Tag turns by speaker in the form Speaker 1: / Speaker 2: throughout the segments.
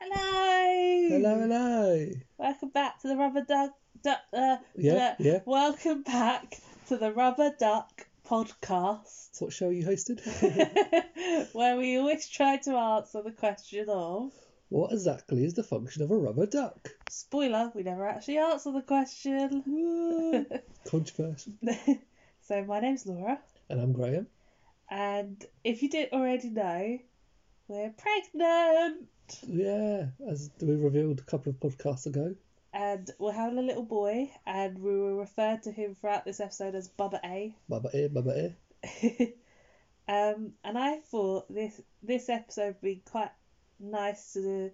Speaker 1: Hello.
Speaker 2: Hello, hello.
Speaker 1: Welcome back to the rubber duck. duck uh,
Speaker 2: Yeah,
Speaker 1: duh.
Speaker 2: yeah.
Speaker 1: Welcome back to the rubber duck podcast,
Speaker 2: What show you hosted?
Speaker 1: where we always try to answer the question of
Speaker 2: what exactly is the function of a rubber duck?
Speaker 1: spoiler. We never actually answer the question.
Speaker 2: Controversial.
Speaker 1: so my name's Laura,
Speaker 2: And I'm Graham.
Speaker 1: and if you didn't already know, we're pregnant,
Speaker 2: Yeah, as we revealed a couple of podcasts ago.
Speaker 1: and we're having a little boy, and we will refer to him throughout this episode as Bubba A.
Speaker 2: Baba ear, baba ear.
Speaker 1: Um, and I thought this this episode would be quite nice to do,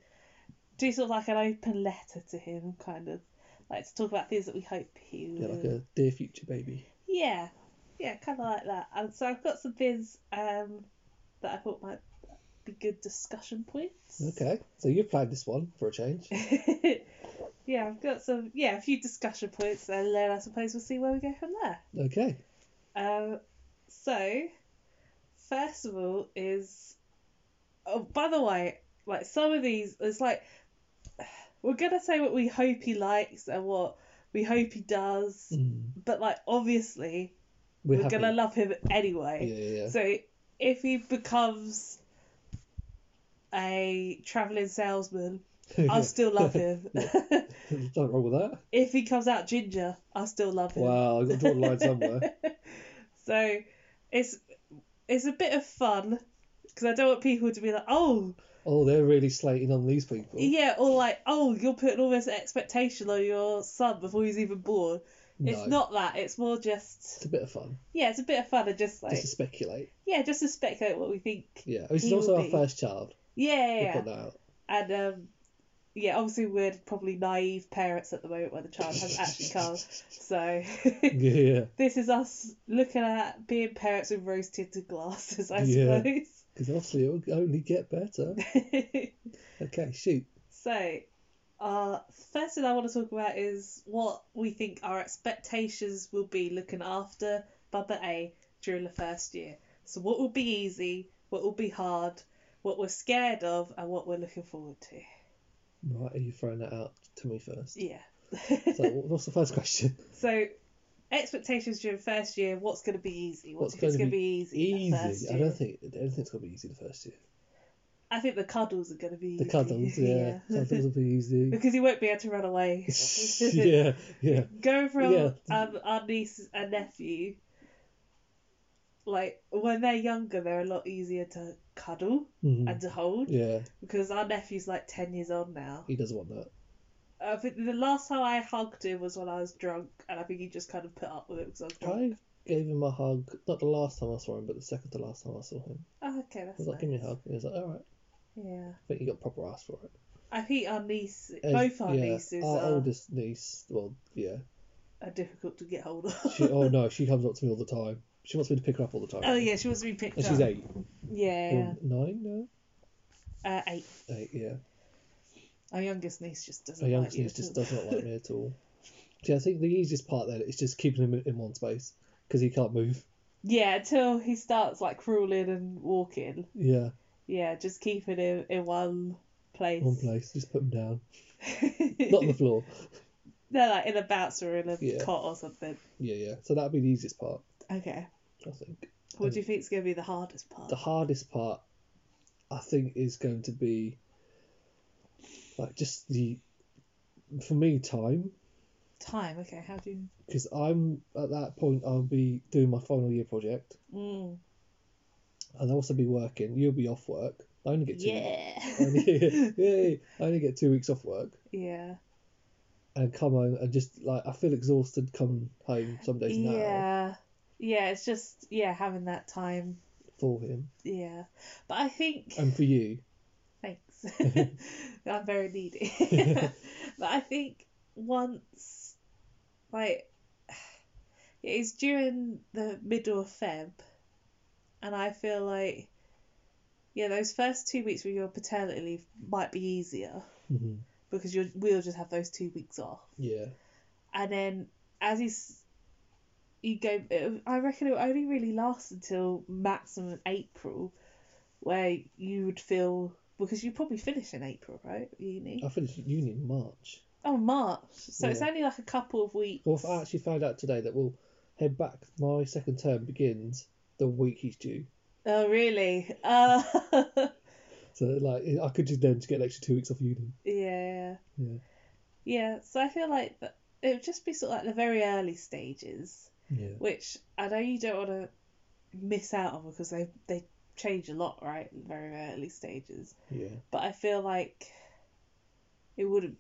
Speaker 1: do sort of like an open letter to him, kind of like to talk about things that we hope he
Speaker 2: Yeah,
Speaker 1: will.
Speaker 2: like a dear future baby.
Speaker 1: yeah, yeah, kind of like that. And so I've got some things um, that I thought might be good discussion points.
Speaker 2: Okay, so you planned this one for a change.
Speaker 1: yeah, I've got some yeah a few discussion points, and then I suppose we'll see where we go from there.
Speaker 2: Okay.
Speaker 1: Um, so, first of all, is oh, by the way, like some of these, it's like we're gonna say what we hope he likes and what we hope he does,
Speaker 2: Mm,
Speaker 1: but like obviously
Speaker 2: We're,
Speaker 1: we're,
Speaker 2: happy.
Speaker 1: gonna love him anyway.
Speaker 2: Yeah, yeah, yeah.
Speaker 1: So if he becomes a traveling salesman, I'll still love him.
Speaker 2: There's nothing wrong with that.
Speaker 1: if he comes out ginger, I'll still love him.
Speaker 2: Wow, I've got to draw a line somewhere.
Speaker 1: So it's it's a bit of fun because I don't want people to be like, oh
Speaker 2: Oh, they're really slating on these people.
Speaker 1: yeah, or like, oh you're putting all this expectation on your son before he's even born.
Speaker 2: No.
Speaker 1: It's not that. It's more
Speaker 2: It's
Speaker 1: just
Speaker 2: a bit of fun,
Speaker 1: yeah, it's a bit of fun and just like
Speaker 2: just to speculate.
Speaker 1: yeah, just to speculate what we think.
Speaker 2: Yeah, this is
Speaker 1: He
Speaker 2: also
Speaker 1: will
Speaker 2: our
Speaker 1: be.
Speaker 2: first child.
Speaker 1: Yeah, yeah,
Speaker 2: We'll
Speaker 1: yeah.
Speaker 2: put that out.
Speaker 1: and um, yeah, obviously we're probably naive parents at the moment where the child has actually come. So
Speaker 2: Yeah, yeah.
Speaker 1: this is us looking at being parents with rose tinted glasses, I
Speaker 2: Yeah.
Speaker 1: suppose.
Speaker 2: Because obviously it'll only get better. Okay, shoot.
Speaker 1: So, uh, first thing I want to talk about is what we think our expectations will be looking after Bubba A during the first year. So, what will be easy, what will be hard, what we're scared of, and what we're looking forward to.
Speaker 2: Right, are you throwing that out to me first?
Speaker 1: Yeah.
Speaker 2: So, what- what's the first question?
Speaker 1: So, expectations during first year, what's going to be easy? What
Speaker 2: What's
Speaker 1: do you think's going
Speaker 2: gonna
Speaker 1: to be
Speaker 2: be
Speaker 1: easy? in the first
Speaker 2: I
Speaker 1: year?
Speaker 2: don't think anything's going to be easy the first year.
Speaker 1: I think the cuddles are going to be
Speaker 2: The
Speaker 1: easy.
Speaker 2: cuddles, yeah. Cuddles will be easy.
Speaker 1: because he won't be able to run away.
Speaker 2: yeah, yeah.
Speaker 1: going from
Speaker 2: Yeah.
Speaker 1: um, our niece and nephew, like when they're younger, they're a lot easier to cuddle
Speaker 2: Mhm.
Speaker 1: and to hold
Speaker 2: Yeah,
Speaker 1: because our nephew's like 10 years old now.
Speaker 2: he doesn't want that.
Speaker 1: I think the last time I hugged him was when I was drunk, and I think he just kind of put up with it because I was drunk.
Speaker 2: I gave him a hug, not the last time I saw him, but the second to last time I saw him.
Speaker 1: Oh, okay, that's
Speaker 2: I was like, give
Speaker 1: nice.
Speaker 2: me a hug. And he was like, alright.
Speaker 1: Yeah.
Speaker 2: I think he got proper asked for it.
Speaker 1: I think our niece,
Speaker 2: And-
Speaker 1: both our
Speaker 2: yeah,
Speaker 1: nieces
Speaker 2: Our
Speaker 1: are,
Speaker 2: oldest niece, well, yeah.
Speaker 1: are difficult to get hold of.
Speaker 2: She, oh no, she comes up to me all the time. She wants me to pick her up all the time.
Speaker 1: oh, yeah, she wants to be picked
Speaker 2: And
Speaker 1: up.
Speaker 2: she's eight. Mm.
Speaker 1: Yeah.
Speaker 2: Or nine now?
Speaker 1: Uh, eight.
Speaker 2: Eight, yeah.
Speaker 1: Our youngest niece just doesn't.
Speaker 2: My youngest
Speaker 1: like you
Speaker 2: niece
Speaker 1: at
Speaker 2: just
Speaker 1: all.
Speaker 2: does not like me at all. See, I think the easiest part there is just keeping him in one space because he can't move.
Speaker 1: Yeah, until he starts like crawling and walking.
Speaker 2: Yeah,
Speaker 1: Yeah, just keeping him in one place.
Speaker 2: one place. Just put him down, not
Speaker 1: Not
Speaker 2: on the floor.
Speaker 1: They're like in a bounce or in a
Speaker 2: Yeah.
Speaker 1: cot or something.
Speaker 2: Yeah, yeah. So that'd be the easiest part,
Speaker 1: Okay.
Speaker 2: I think.
Speaker 1: What do you think's going to be the hardest part?
Speaker 2: Um, The hardest part, I think, is going to be like just the for me time
Speaker 1: Time. Okay. How do you?
Speaker 2: because I'm at that point I'll be doing my final year project.
Speaker 1: Mm.
Speaker 2: I'll also be working. You'll be off work. I only get two. I
Speaker 1: Yeah.
Speaker 2: only, yay! I only get two weeks off work.
Speaker 1: yeah.
Speaker 2: and come home and just like I feel exhausted come home some days now
Speaker 1: Yeah. Yeah. It's just yeah having that time.
Speaker 2: for him
Speaker 1: Yeah. But I think.
Speaker 2: and for you.
Speaker 1: Thanks. I'm very needy. but I think once, like, it's during the middle of Feb, and I feel like, yeah, those first two weeks with your paternity leave might be easier
Speaker 2: hmm
Speaker 1: because you we'll just have those two weeks off.
Speaker 2: Yeah,
Speaker 1: And then as he's, you go, it- I reckon it only really lasts until maximum April, where you would feel. Because you probably finish in April, right? Uni.
Speaker 2: I finished uni in March.
Speaker 1: Oh, March. So it's
Speaker 2: Oh. Yeah.
Speaker 1: only like a couple of weeks.
Speaker 2: Well, if I actually found out today that we'll head back. My second term begins the week he's due,
Speaker 1: Oh, really? Uh,
Speaker 2: so like I could just then just get an extra two weeks off uni.
Speaker 1: yeah.
Speaker 2: Yeah.
Speaker 1: Yeah. So I feel like that it would just be sort of like the very early stages,
Speaker 2: Yeah,
Speaker 1: which I know you don't want to miss out on because they they change a lot, right? in Very early stages.
Speaker 2: yeah.
Speaker 1: But I feel like it wouldn't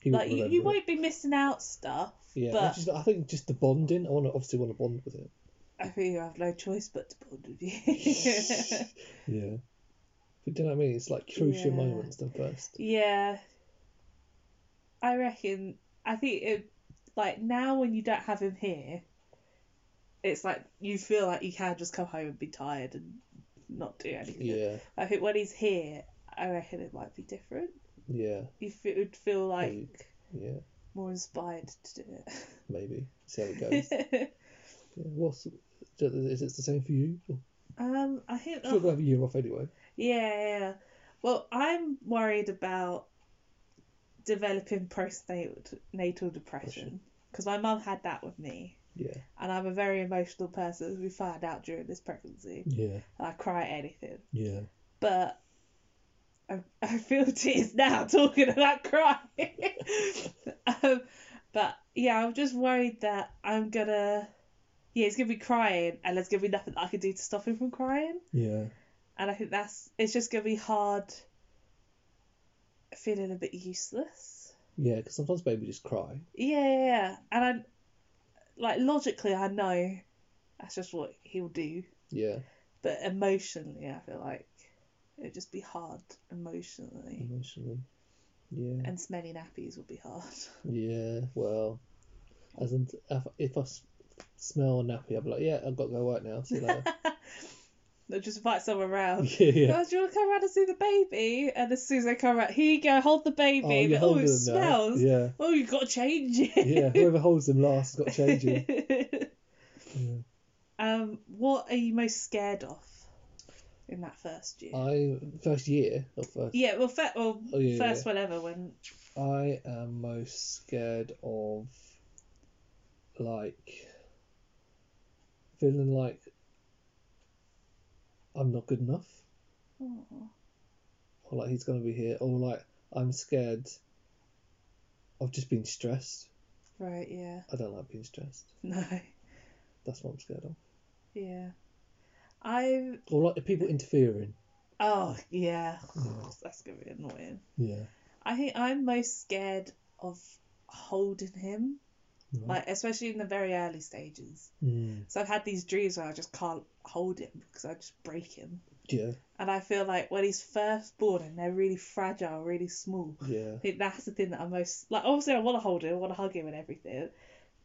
Speaker 2: He
Speaker 1: like you,
Speaker 2: remember
Speaker 1: you
Speaker 2: it.
Speaker 1: won't be missing out stuff.
Speaker 2: Yeah, I,
Speaker 1: but
Speaker 2: just, I think just the bonding. I want to obviously want to bond with it.
Speaker 1: I think you have no choice but to bond with you.
Speaker 2: Yeah. But do you know what I mean? It's like crucial
Speaker 1: Yeah.
Speaker 2: moments then first.
Speaker 1: Yeah. I reckon. I think it. Like now, when you don't have him here, it's like you feel like you can just come home and be tired and not do anything.
Speaker 2: Yeah,
Speaker 1: I think when he's here, I reckon it might be different.
Speaker 2: yeah,
Speaker 1: You f- it would feel like
Speaker 2: yeah.
Speaker 1: more inspired to do
Speaker 2: Maybe see how it goes.
Speaker 1: it.
Speaker 2: Yeah, what's is it the same for you? Or-
Speaker 1: um, I think.
Speaker 2: She'll go have a year off anyway.
Speaker 1: Yeah, yeah. Well, I'm worried about developing postnatal natal depression because my mum had that with me,
Speaker 2: Yeah.
Speaker 1: and I'm a very emotional person, as we found out during this pregnancy.
Speaker 2: Yeah.
Speaker 1: And I cry at anything,
Speaker 2: Yeah.
Speaker 1: but I, I feel tears now talking about crying. um, but yeah, I'm just worried that I'm gonna. Yeah, he's gonna be crying, and there's gonna be nothing I can do to stop him from crying
Speaker 2: Yeah.
Speaker 1: and I think that's it's just gonna be hard feeling a bit useless.
Speaker 2: Yeah, because sometimes baby just cry.
Speaker 1: Yeah, yeah, yeah. and I like logically I know that's just what he'll do,
Speaker 2: Yeah.
Speaker 1: but emotionally I feel like it'd just be hard
Speaker 2: Mm.
Speaker 1: emotionally,
Speaker 2: Emotionally. Yeah.
Speaker 1: and smelly nappies would be hard.
Speaker 2: Yeah. Well, as in, if, if I s- smell a nappy, I'll be like, yeah, I've got to go work now. See you later.
Speaker 1: They'll just invite someone around.
Speaker 2: yeah. Yeah.
Speaker 1: Guys, do you want to come around and see the baby? And as soon as they come around, here you go, hold the
Speaker 2: Oh,
Speaker 1: baby.
Speaker 2: you're
Speaker 1: But, oh,
Speaker 2: holding
Speaker 1: it
Speaker 2: them now.
Speaker 1: smells.
Speaker 2: Yeah.
Speaker 1: Oh, you've got to change it.
Speaker 2: Yeah. Whoever holds them last has got to change it. Yeah.
Speaker 1: Um, what are you most scared of in that first year?
Speaker 2: I first year or first.
Speaker 1: yeah, well, fir- well
Speaker 2: Uh, Oh, yeah,
Speaker 1: first
Speaker 2: yeah.
Speaker 1: whatever when.
Speaker 2: I am most scared of like feeling like I'm not good enough, or like he's gonna be here, or like I'm scared of just being stressed.
Speaker 1: Right, yeah,
Speaker 2: I don't like being stressed.
Speaker 1: no,
Speaker 2: That's what I'm scared of.
Speaker 1: yeah. I
Speaker 2: Or like the people interfering.
Speaker 1: oh yeah,
Speaker 2: Mm.
Speaker 1: that's gonna be annoying.
Speaker 2: Yeah.
Speaker 1: I think I'm most scared of holding him,
Speaker 2: Right.
Speaker 1: like especially in the very early stages.
Speaker 2: Mm.
Speaker 1: So I've had these dreams where I just can't hold him because I just break him.
Speaker 2: Yeah.
Speaker 1: And I feel like when he's first born and they're really fragile, really small,
Speaker 2: Yeah.
Speaker 1: I think that's the thing that I'm most like. Obviously, I want to hold him, I want to hug him, and everything.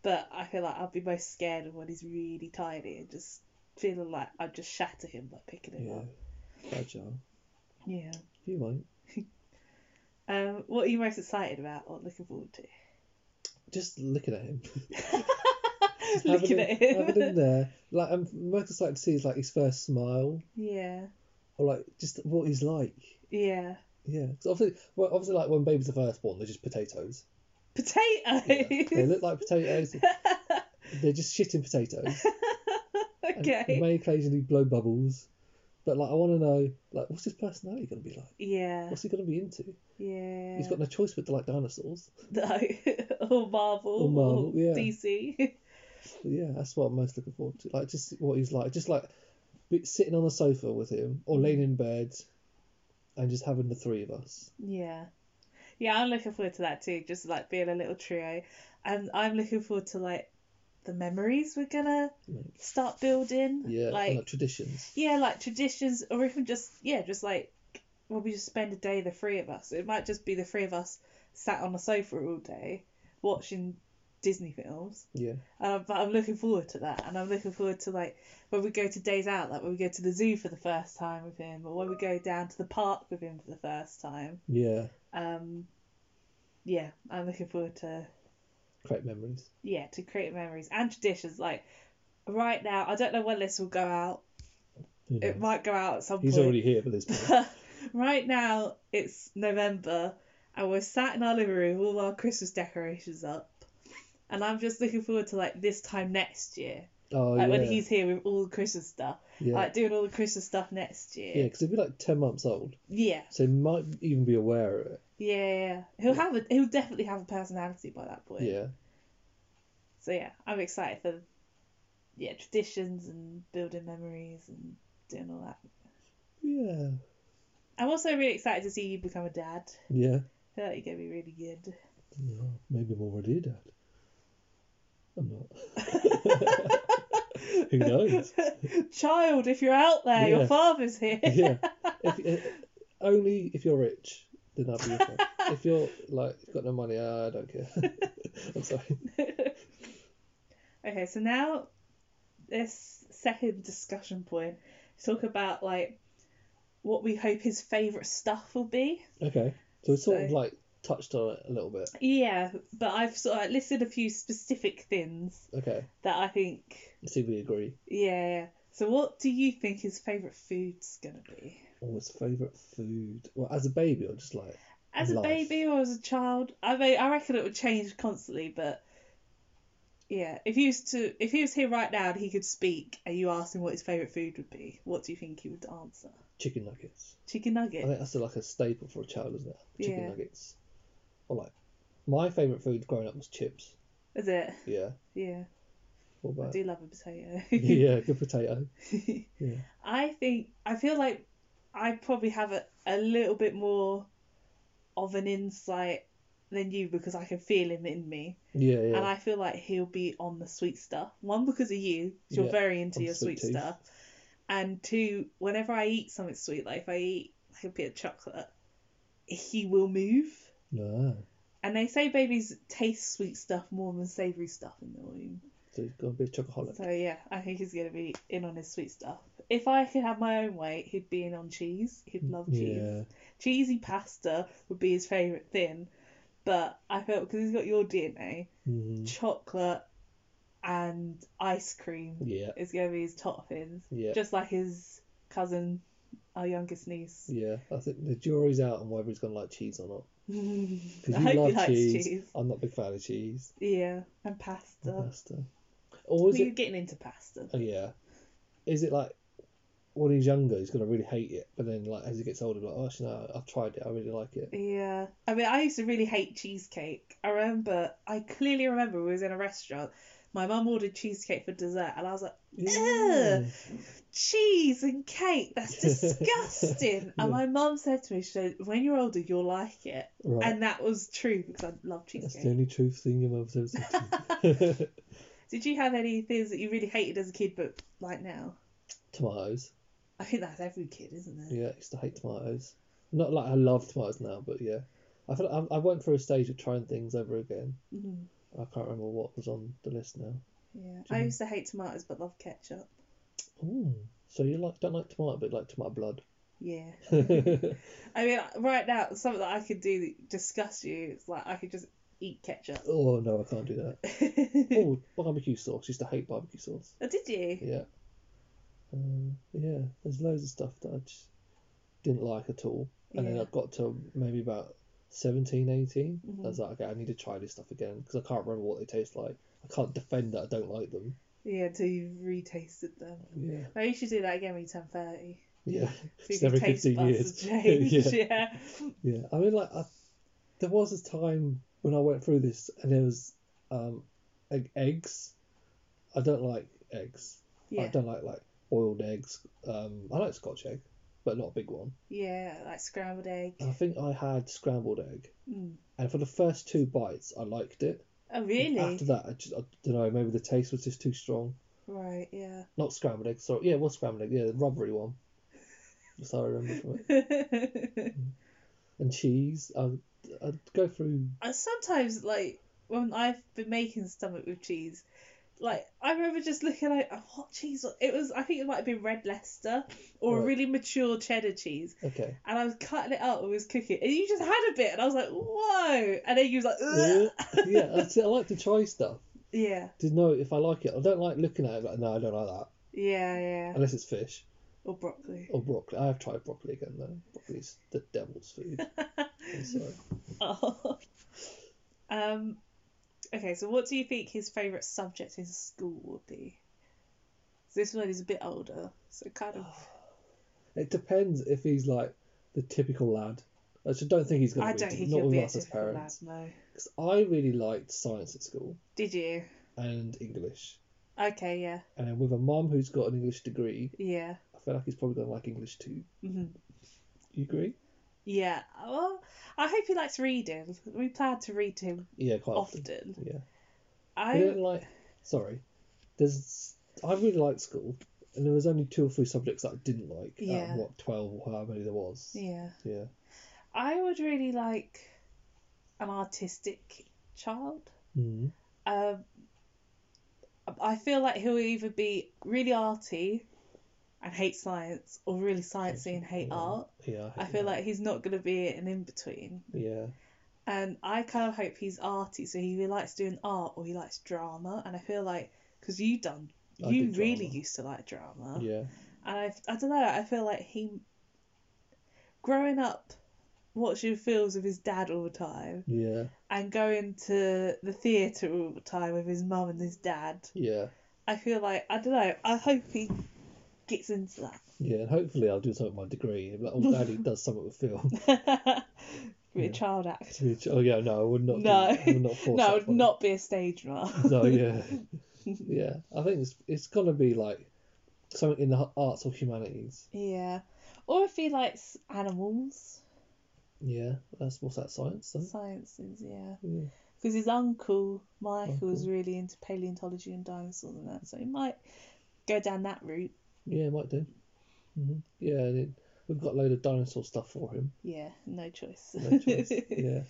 Speaker 1: But I feel like I'll be most scared of when he's really tiny and just feeling like I just shatter him by picking him
Speaker 2: Yeah.
Speaker 1: up.
Speaker 2: fragile.
Speaker 1: Yeah.
Speaker 2: You might.
Speaker 1: Um, what are you most excited about or looking forward to?
Speaker 2: Just looking at him. Just have
Speaker 1: looking
Speaker 2: it
Speaker 1: at
Speaker 2: in- Have it in
Speaker 1: him.
Speaker 2: there. Like I'm most excited to see is like his first smile
Speaker 1: Yeah.
Speaker 2: or like just what he's like.
Speaker 1: Yeah.
Speaker 2: Yeah. 'Cause obviously, well, obviously, like when babies are first born, they're just potatoes. Yeah. they
Speaker 1: Potatoes.
Speaker 2: look like potatoes. they're just shitting potatoes. And They
Speaker 1: okay.
Speaker 2: may occasionally blow bubbles, but like I want to know, like, what's his personality going to be like?
Speaker 1: Yeah.
Speaker 2: What's he going to be into?
Speaker 1: Yeah.
Speaker 2: He's got no choice but to like dinosaurs.
Speaker 1: no. or Marvel.
Speaker 2: Or Marvel, yeah.
Speaker 1: DC.
Speaker 2: But yeah, that's what I'm most looking forward to. Like, just what he's like, just like be- sitting on a sofa with him or laying in bed, and just having the three of us.
Speaker 1: Yeah. Yeah, I'm looking forward to that too, just like being a little trio. And I'm looking forward to like the memories we're gonna
Speaker 2: Like,
Speaker 1: start building.
Speaker 2: yeah, and, like,
Speaker 1: Like
Speaker 2: traditions.
Speaker 1: yeah, like traditions or even just yeah, just like when we just spend a day the three of us. It might just be the three of us sat on a sofa all day watching Disney films.
Speaker 2: Yeah,
Speaker 1: Uh, but I'm looking forward to that, and I'm looking forward to like when we go to days out, like when we go to the zoo for the first time with him, or when we go down to the park with him for the first time.
Speaker 2: yeah,
Speaker 1: Um, yeah, I'm looking forward to
Speaker 2: great memories.
Speaker 1: yeah to create memories and traditions. Like right now, I don't know when this will go out.
Speaker 2: Who
Speaker 1: It
Speaker 2: knows?
Speaker 1: might go out at some
Speaker 2: He's
Speaker 1: point.
Speaker 2: already here for this. point.
Speaker 1: right now, it's November, and we're sat in our living room with all our Christmas decorations up. And I'm just looking forward to like this time next year,
Speaker 2: Oh
Speaker 1: like
Speaker 2: yeah,
Speaker 1: when he's here with all the Christmas stuff,
Speaker 2: yeah,
Speaker 1: like doing all the Christmas stuff next
Speaker 2: yeah,
Speaker 1: year.
Speaker 2: because he'll be like ten months old,
Speaker 1: Yeah,
Speaker 2: so he might even be aware of it.
Speaker 1: yeah, yeah. yeah. He'll have a, he'll definitely have a personality by that point.
Speaker 2: Yeah,
Speaker 1: So yeah, I'm excited for yeah traditions and building memories and doing all that.
Speaker 2: yeah,
Speaker 1: I'm also really excited to see you become a dad.
Speaker 2: yeah.
Speaker 1: I feel like you're gonna be really good.
Speaker 2: No, maybe I'm already a dad. I'm not. Who knows?
Speaker 1: Child, if you're out there,
Speaker 2: Yeah.
Speaker 1: your father's here.
Speaker 2: Yeah. If, eh, only if you're rich, then that'd be okay. if you're like got no money, uh, I don't care. I'm sorry.
Speaker 1: Okay, so now this second discussion point, talk about like what we hope his favourite stuff will be.
Speaker 2: Okay, so we sort of
Speaker 1: So-
Speaker 2: like touched on it a little bit.
Speaker 1: Yeah, but I've sort of listed a few specific things
Speaker 2: Okay,
Speaker 1: that I think
Speaker 2: let's see if we agree.
Speaker 1: Yeah. So what do you think his favourite food's gonna be?
Speaker 2: Oh, his favourite food? Well, as a baby, or just like
Speaker 1: As a
Speaker 2: Life.
Speaker 1: baby or as a child? I mean, I reckon it would change constantly, but yeah, if he was to if he was here right now and he could speak and you asked him what his favourite food would be, what do you think he would answer?
Speaker 2: chicken nuggets.
Speaker 1: Chicken
Speaker 2: I
Speaker 1: nugget.
Speaker 2: think that's like a staple for a child, isn't it? Chicken
Speaker 1: Yeah.
Speaker 2: nuggets. Or like, my favourite food growing up was chips.
Speaker 1: Is it?
Speaker 2: Yeah.
Speaker 1: Yeah.
Speaker 2: What
Speaker 1: I
Speaker 2: about?
Speaker 1: do love a potato.
Speaker 2: yeah, good potato. Yeah.
Speaker 1: I think I feel like I probably have a, a little bit more of an insight than you because I can feel him in me.
Speaker 2: Yeah, yeah.
Speaker 1: And I feel like he'll be on the sweet stuff. One, because of you, 'cause you're
Speaker 2: Yeah,
Speaker 1: very into
Speaker 2: I'm
Speaker 1: your
Speaker 2: sweet
Speaker 1: sweet
Speaker 2: tooth.
Speaker 1: stuff. And two, whenever I eat something sweet, like if I eat like a bit of chocolate, he will move.
Speaker 2: No.
Speaker 1: And they say babies taste sweet stuff more than savoury stuff in the womb.
Speaker 2: So he's got a bit of chocoholic.
Speaker 1: So yeah, I think he's gonna be in on his sweet stuff. If I could have my own way, he'd be in on cheese. He'd love cheese.
Speaker 2: yeah.
Speaker 1: Cheesy pasta would be his favourite thing. But I felt because he's got your DNA,
Speaker 2: Mhm.
Speaker 1: chocolate and ice cream
Speaker 2: Yeah.
Speaker 1: is going to be his top things.
Speaker 2: Yeah.
Speaker 1: Just like his cousin, our youngest niece.
Speaker 2: Yeah. I think the jury's out on whether he's gonna like cheese or not.
Speaker 1: I
Speaker 2: Because
Speaker 1: hope
Speaker 2: you
Speaker 1: he
Speaker 2: love
Speaker 1: likes
Speaker 2: cheese.
Speaker 1: cheese. Oh.
Speaker 2: I'm not a big fan of cheese.
Speaker 1: Yeah, and pasta.
Speaker 2: Pasta. Or is
Speaker 1: We're
Speaker 2: it?
Speaker 1: getting into pasta.
Speaker 2: Oh, yeah. Is it like when he's younger, he's gonna really hate it, but then like as he gets older, he'll be like, oh, actually, no, I've tried it. I really like it.
Speaker 1: Yeah. I mean, I used to really hate cheesecake. I remember, I clearly remember we was in a restaurant. My mum ordered cheesecake for dessert, and I was like,
Speaker 2: Yeah.
Speaker 1: cheese and cake, that's disgusting.
Speaker 2: Yeah.
Speaker 1: And my mum said to me, she said, when you're older, you'll like it.
Speaker 2: Right.
Speaker 1: And that was true because I love
Speaker 2: That's
Speaker 1: cheesecake.
Speaker 2: the only truth thing your mum's ever said to me.
Speaker 1: Did you have any things that you really hated as a kid but like now?
Speaker 2: tomatoes.
Speaker 1: I think that's every kid, isn't it?
Speaker 2: Yeah, I used to hate tomatoes. Not like I love tomatoes now, but yeah. I feel I, I went through a stage of trying things over again.
Speaker 1: Mhm.
Speaker 2: I can't remember what was on the list now.
Speaker 1: Yeah. I used to hate tomatoes but love ketchup.
Speaker 2: Ooh. So you like don't like tomato, but you like tomato blood.
Speaker 1: Yeah.
Speaker 2: yeah,
Speaker 1: I mean, right now, something that I could do that disgusts you is like I could just eat ketchup.
Speaker 2: oh no, I can't do that.
Speaker 1: oh,
Speaker 2: Oh, barbecue sauce. Used to hate barbecue sauce.
Speaker 1: did you?
Speaker 2: Yeah. Um, yeah, there's loads of stuff that I just didn't like at all. And then
Speaker 1: Yeah. Mm-hmm.
Speaker 2: I got to maybe about 17, 18. I was like, okay, I need to try this stuff again because I can't remember what they taste like. I can't defend that I don't like them.
Speaker 1: Yeah, until you've retasted them.
Speaker 2: Yeah.
Speaker 1: Maybe you should do that again when you turn 30. So you
Speaker 2: Yeah. It's
Speaker 1: can
Speaker 2: every
Speaker 1: taste
Speaker 2: 15
Speaker 1: buds
Speaker 2: years.
Speaker 1: have changed.
Speaker 2: Yeah.
Speaker 1: yeah.
Speaker 2: Yeah. I mean, like, I, there was a time when I went through this and there was um, egg, eggs. I don't like eggs. I
Speaker 1: Yeah.
Speaker 2: don't like, like, boiled eggs. Um, I like scotch egg, but not a big one.
Speaker 1: Yeah, like scrambled egg.
Speaker 2: I think I had scrambled egg,
Speaker 1: Mm.
Speaker 2: and for the first two bites, I liked it.
Speaker 1: Oh, really?
Speaker 2: After that, I just I don't know. Maybe the taste was just too strong.
Speaker 1: Right, yeah.
Speaker 2: Not scrambled egg. Sorry, yeah, it was scrambled egg. Yeah, the rubbery one. That's how I remember from it. And cheese. I I'd go through.
Speaker 1: I sometimes, like, when I've been making stomach with cheese, like, I remember just looking like, oh, what cheese? was- It was, I think it might have been red Leicester or a
Speaker 2: Right.
Speaker 1: really mature cheddar cheese.
Speaker 2: Okay.
Speaker 1: And I was cutting it up and was cooking. And you just had a bit. And I was like, whoa. And then you was like,
Speaker 2: yeah,
Speaker 1: Ugh.
Speaker 2: yeah, that's it. I like to try stuff
Speaker 1: yeah.
Speaker 2: to know if I like it. I don't like looking at it. Like, no, I don't like that
Speaker 1: Yeah, yeah.
Speaker 2: unless it's fish
Speaker 1: Or broccoli.
Speaker 2: or broccoli. I have tried broccoli again though. Broccoli's the devil's food. I'm sorry.
Speaker 1: um, okay, so what do you think his favourite subject in school would be? So this one is a bit older, so kind
Speaker 2: Oh.
Speaker 1: of.
Speaker 2: It depends if he's like the typical lad. I just don't think he's going
Speaker 1: I
Speaker 2: to be.
Speaker 1: don't think
Speaker 2: not
Speaker 1: he'll
Speaker 2: with
Speaker 1: be a
Speaker 2: us as
Speaker 1: typical lad,
Speaker 2: parents.
Speaker 1: no.
Speaker 2: 'Cause I really liked science at school
Speaker 1: Did you?
Speaker 2: and English.
Speaker 1: Okay, yeah,
Speaker 2: And with a mum who's got an English degree,
Speaker 1: yeah,
Speaker 2: I feel like he's probably going to like English too.
Speaker 1: Mhm.
Speaker 2: You agree?
Speaker 1: yeah. Well, I hope he likes reading. We plan to read to him
Speaker 2: Yeah, quite often.
Speaker 1: often.
Speaker 2: Yeah. I
Speaker 1: I
Speaker 2: didn't like. Sorry. There's. I really liked school, and there was only two or three subjects that I didn't like. out of,
Speaker 1: Yeah.
Speaker 2: what twelve or how many there was?
Speaker 1: yeah,
Speaker 2: Yeah.
Speaker 1: I would really like an artistic child.
Speaker 2: Mhm.
Speaker 1: Um, I feel like he'll either be really arty and hate science, or really sciencey and hate
Speaker 2: Yeah.
Speaker 1: art.
Speaker 2: Yeah.
Speaker 1: I
Speaker 2: hate
Speaker 1: feel
Speaker 2: that.
Speaker 1: like he's not going to be an in between.
Speaker 2: Yeah.
Speaker 1: And Um, I kind of hope he's arty, so he either likes doing art or he likes drama. And I feel like because you done,
Speaker 2: I
Speaker 1: you
Speaker 2: did
Speaker 1: really
Speaker 2: drama.
Speaker 1: used to like drama.
Speaker 2: Yeah.
Speaker 1: And I, I don't know. I feel like he, growing up, watching films with his dad all the time
Speaker 2: Yeah.
Speaker 1: and going to the theatre all the time with his mum and his dad.
Speaker 2: Yeah.
Speaker 1: I feel like I don't know. I hope he gets into
Speaker 2: Yeah, and hopefully I'll do something with my degree. Like, oh, Daddy does something with film.
Speaker 1: that. be a child actor.
Speaker 2: Which, oh yeah, no, I would not. do
Speaker 1: No,
Speaker 2: that. I would not force
Speaker 1: no,
Speaker 2: that
Speaker 1: I would
Speaker 2: upon
Speaker 1: not be a stage mom.
Speaker 2: him. No, yeah, yeah. I think it's it's gonna be like something in the hu- arts or humanities.
Speaker 1: Yeah, or if he likes animals,
Speaker 2: Yeah, that's what's that science then?
Speaker 1: sciences. Yeah,
Speaker 2: Yeah.
Speaker 1: because his uncle Michael was
Speaker 2: Uncle.
Speaker 1: really into paleontology and dinosaurs and that, so he might go down that route.
Speaker 2: Yeah, it might do. hmm Yeah, and it, we've got a load of dinosaur stuff for him.
Speaker 1: Yeah, no choice.
Speaker 2: No choice. yeah.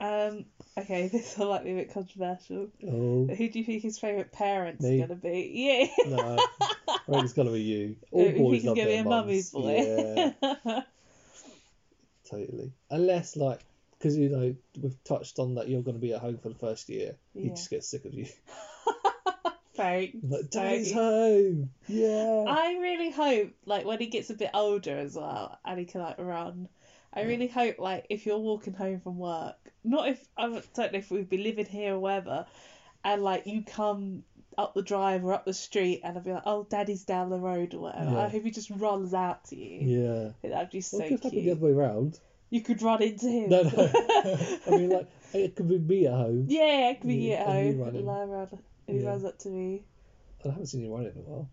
Speaker 1: um. Okay, this one might be a bit controversial.
Speaker 2: Oh
Speaker 1: Who do you think his favourite parents
Speaker 2: Me.
Speaker 1: are gonna be? Yeah.
Speaker 2: no, I think it's gonna be you.
Speaker 1: I
Speaker 2: All
Speaker 1: think
Speaker 2: boys
Speaker 1: he's
Speaker 2: love
Speaker 1: gonna be
Speaker 2: their
Speaker 1: a mummy's
Speaker 2: mums.
Speaker 1: boy.
Speaker 2: Yeah. totally. Unless like, because you know we've touched on that you're going to be at home for the first year. He
Speaker 1: Yeah.
Speaker 2: just gets sick of you.
Speaker 1: Thanks.
Speaker 2: like,
Speaker 1: Thanks.
Speaker 2: Daddy's home. Yeah.
Speaker 1: I really hope, like, when he gets a bit older as well, and he can like run. I really hope, like, if you're walking home from work, not if I don't know if we'd be living here or whatever, and like you come up the drive or up the street, and I'll be like, oh, daddy's down the road or whatever. I
Speaker 2: Yeah.
Speaker 1: hope he just runs out to you.
Speaker 2: yeah.
Speaker 1: That'd be so
Speaker 2: what could happen the
Speaker 1: cute.
Speaker 2: other way round?
Speaker 1: You could run into him.
Speaker 2: No, no. I mean, like, it could be me at home.
Speaker 1: yeah, it could be
Speaker 2: You-
Speaker 1: you at
Speaker 2: and you
Speaker 1: home.
Speaker 2: running.
Speaker 1: And I run, and he
Speaker 2: Yeah.
Speaker 1: runs up to me.
Speaker 2: I haven't seen you run in a while.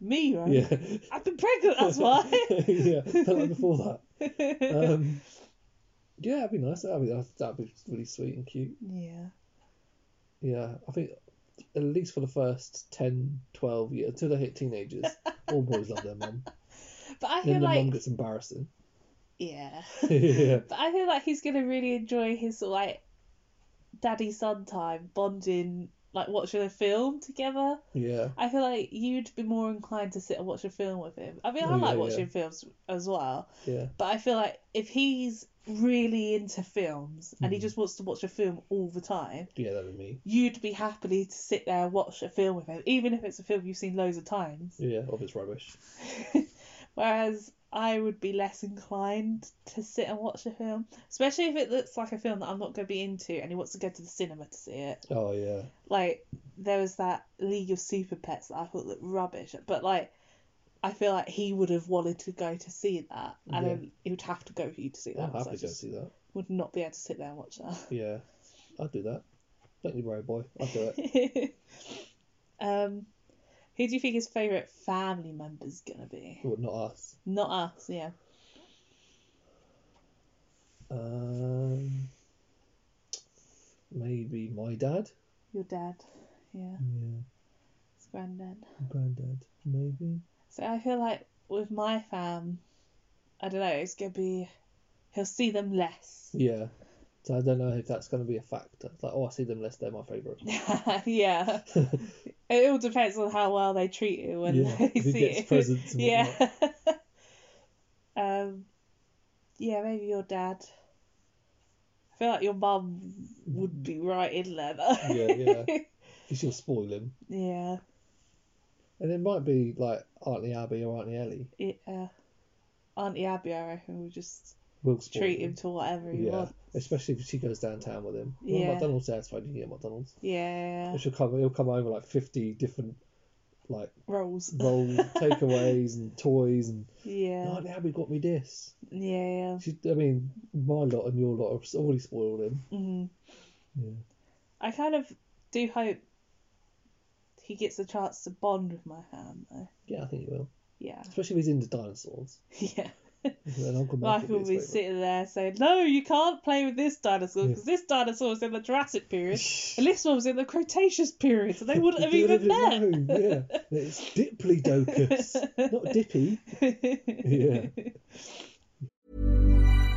Speaker 1: Me running.
Speaker 2: Yeah.
Speaker 1: I've been pregnant. That's why.
Speaker 2: yeah. But like before that. Um, yeah, that'd be nice. That'd be that'd be really sweet and cute.
Speaker 1: yeah.
Speaker 2: Yeah, I think at least for the first 10, 12 years, until they hit teenagers, all boys love their mum.
Speaker 1: But I feel
Speaker 2: Then the mum
Speaker 1: like
Speaker 2: gets embarrassing.
Speaker 1: yeah.
Speaker 2: yeah.
Speaker 1: But I feel like he's gonna really enjoy his like daddy son time bonding like watching a film together.
Speaker 2: Yeah.
Speaker 1: I feel like you'd be more inclined to sit and watch a film with him. I mean, I
Speaker 2: Oh,
Speaker 1: like
Speaker 2: yeah,
Speaker 1: watching
Speaker 2: yeah.
Speaker 1: films as well,
Speaker 2: Yeah.
Speaker 1: but I feel like if he's really into films and
Speaker 2: Mm.
Speaker 1: he just wants to watch a film all the time,
Speaker 2: Yeah, that'd be me.
Speaker 1: you'd be happily to sit there and watch a film with him, even if it's a film you've seen loads of times.
Speaker 2: Yeah, or if it's rubbish.
Speaker 1: Whereas I would be less inclined to sit and watch a film, especially if it looks like a film that I'm not going to be into and he wants to go to the cinema to see it.
Speaker 2: Oh yeah.
Speaker 1: like there was that League of Super Pets that I thought looked rubbish, but like I feel like he would have wanted to go to see that, and
Speaker 2: Yeah.
Speaker 1: then he would have to go for you to see that.
Speaker 2: I'm
Speaker 1: so I
Speaker 2: happy to go
Speaker 1: just
Speaker 2: see that.
Speaker 1: would not be able to sit there and watch
Speaker 2: Yeah. I'd do that. Don't you worry, boy. I'd do it.
Speaker 1: that. um, who do you think his favorite family member's gonna be?
Speaker 2: Well, not us.
Speaker 1: Not us, yeah.
Speaker 2: Um, maybe my dad.
Speaker 1: Your dad, yeah,
Speaker 2: Yeah.
Speaker 1: his granddad.
Speaker 2: Granddad. Maybe.
Speaker 1: So I feel like with my fam, I don't know, it's gonna be he'll see them less.
Speaker 2: Yeah. So I don't know if that's going to be a factor. It's like, oh, I see them less. They're my favourite.
Speaker 1: yeah. It all depends on how well they treat you when
Speaker 2: Yeah,
Speaker 1: they
Speaker 2: if he
Speaker 1: see
Speaker 2: gets
Speaker 1: it.
Speaker 2: presents and
Speaker 1: yeah. um, yeah, maybe your dad. I feel like your mum would be right in there. though.
Speaker 2: Yeah, yeah. Because she'll spoil him.
Speaker 1: yeah,
Speaker 2: And it might be like Auntie Abby or Auntie Ellie
Speaker 1: it, uh, Auntie Abby, I reckon, would just
Speaker 2: will spoil
Speaker 1: treat him to whatever he
Speaker 2: Yeah.
Speaker 1: wants.
Speaker 2: Especially if she goes downtown with him. Well,
Speaker 1: Yeah.
Speaker 2: McDonald's there, it's fine. You can get McDonald's.
Speaker 1: Yeah,
Speaker 2: And she'll come. He'll come over like fifty different like
Speaker 1: rolls.
Speaker 2: roll takeaways and toys and.
Speaker 1: Yeah,
Speaker 2: Oh, now we got me this.
Speaker 1: yeah, yeah.
Speaker 2: She, I mean, my lot and your lot have already spoiled him.
Speaker 1: hmm
Speaker 2: Yeah.
Speaker 1: I kind of do hope he gets a chance to bond with my hand, though.
Speaker 2: Yeah, I think he will.
Speaker 1: Yeah,
Speaker 2: Especially if he's into dinosaurs.
Speaker 1: yeah.
Speaker 2: Then Uncle Mike
Speaker 1: Michael
Speaker 2: will
Speaker 1: will
Speaker 2: be
Speaker 1: be
Speaker 2: his favourite.
Speaker 1: sitting there saying, "No, you can't play with this dinosaur because this dinosaur was in the Jurassic period, and this one was in the Cretaceous period, so they wouldn't have
Speaker 2: You
Speaker 1: even
Speaker 2: wouldn't
Speaker 1: met."
Speaker 2: have known, yeah. It's Diplodocus, not Dippy. Yeah.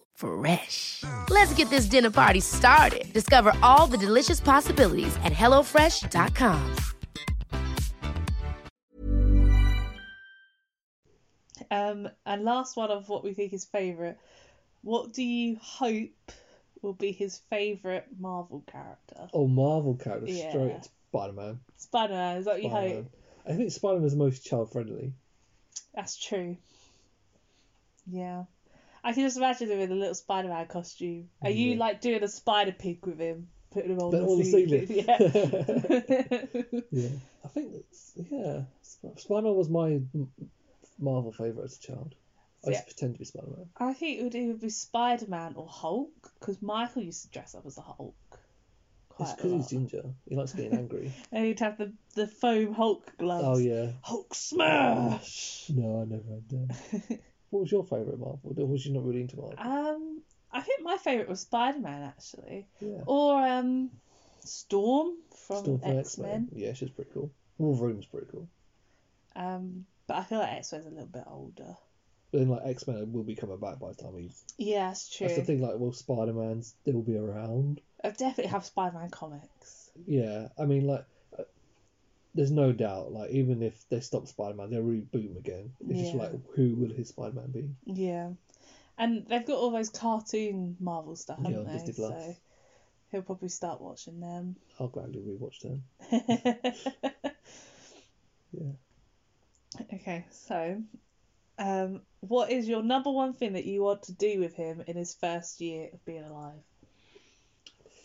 Speaker 3: Fresh. Let's get this dinner party started. Discover all the delicious possibilities at hellofresh.com.
Speaker 1: Um, and last one of what we think is favorite. What do you hope will be his favorite Marvel character?
Speaker 2: Oh, Marvel character,
Speaker 1: Yeah.
Speaker 2: straight into Spider-Man.
Speaker 1: Spider-Man is that what you
Speaker 2: Spider-Man.
Speaker 1: hope?
Speaker 2: I think Spider-Man's the most child-friendly.
Speaker 1: That's true. Yeah. I can just imagine him in a little Spider Man costume. Are you like doing a spider pig with him? Putting him on,
Speaker 2: Put
Speaker 1: the,
Speaker 2: him on the
Speaker 1: ceiling. Yeah.
Speaker 2: Yeah. I think that's, yeah. Sp- Spider-Man was my m- Marvel favourite as a child. I used
Speaker 1: Yeah.
Speaker 2: to pretend to be Spider-Man.
Speaker 1: I think it would either be Spider Man or Hulk, because Michael used to dress up as the Hulk. Quite
Speaker 2: It's
Speaker 1: a
Speaker 2: because he's
Speaker 1: lot.
Speaker 2: ginger. He likes getting angry.
Speaker 1: And he'd have the, the foam Hulk gloves.
Speaker 2: oh, yeah.
Speaker 1: Hulk smash!
Speaker 2: No, I never had them. what was your favourite Marvel? Or was you not really into Marvel?
Speaker 1: Um, I think my favourite was Spider Man actually.
Speaker 2: Yeah.
Speaker 1: Or um, Storm from
Speaker 2: Still for
Speaker 1: X Men.
Speaker 2: Yeah, she's pretty cool. Wolverine's pretty cool.
Speaker 1: Um, but I feel like X Men's a little bit older.
Speaker 2: But then, like, X Men will be coming back by the time we.
Speaker 1: Yeah, that's true.
Speaker 2: That's the thing, like, will Spider Man still be around?
Speaker 1: I definitely have Spider Man comics.
Speaker 2: Yeah, I mean, like, uh, there's no doubt, like, even if they stop Spider Man, they'll reboot him again. It's just
Speaker 1: Yeah.
Speaker 2: like, who will his Spider Man be?
Speaker 1: Yeah, and they've got all those cartoon Marvel stuff,
Speaker 2: Yeah,
Speaker 1: haven't
Speaker 2: on
Speaker 1: they?
Speaker 2: Disney Plus.
Speaker 1: So he'll probably start watching them.
Speaker 2: I'll gladly rewatch them.
Speaker 1: okay,
Speaker 2: Yeah.
Speaker 1: so Um, what is your number one thing that you want to do with him in his first year of being alive?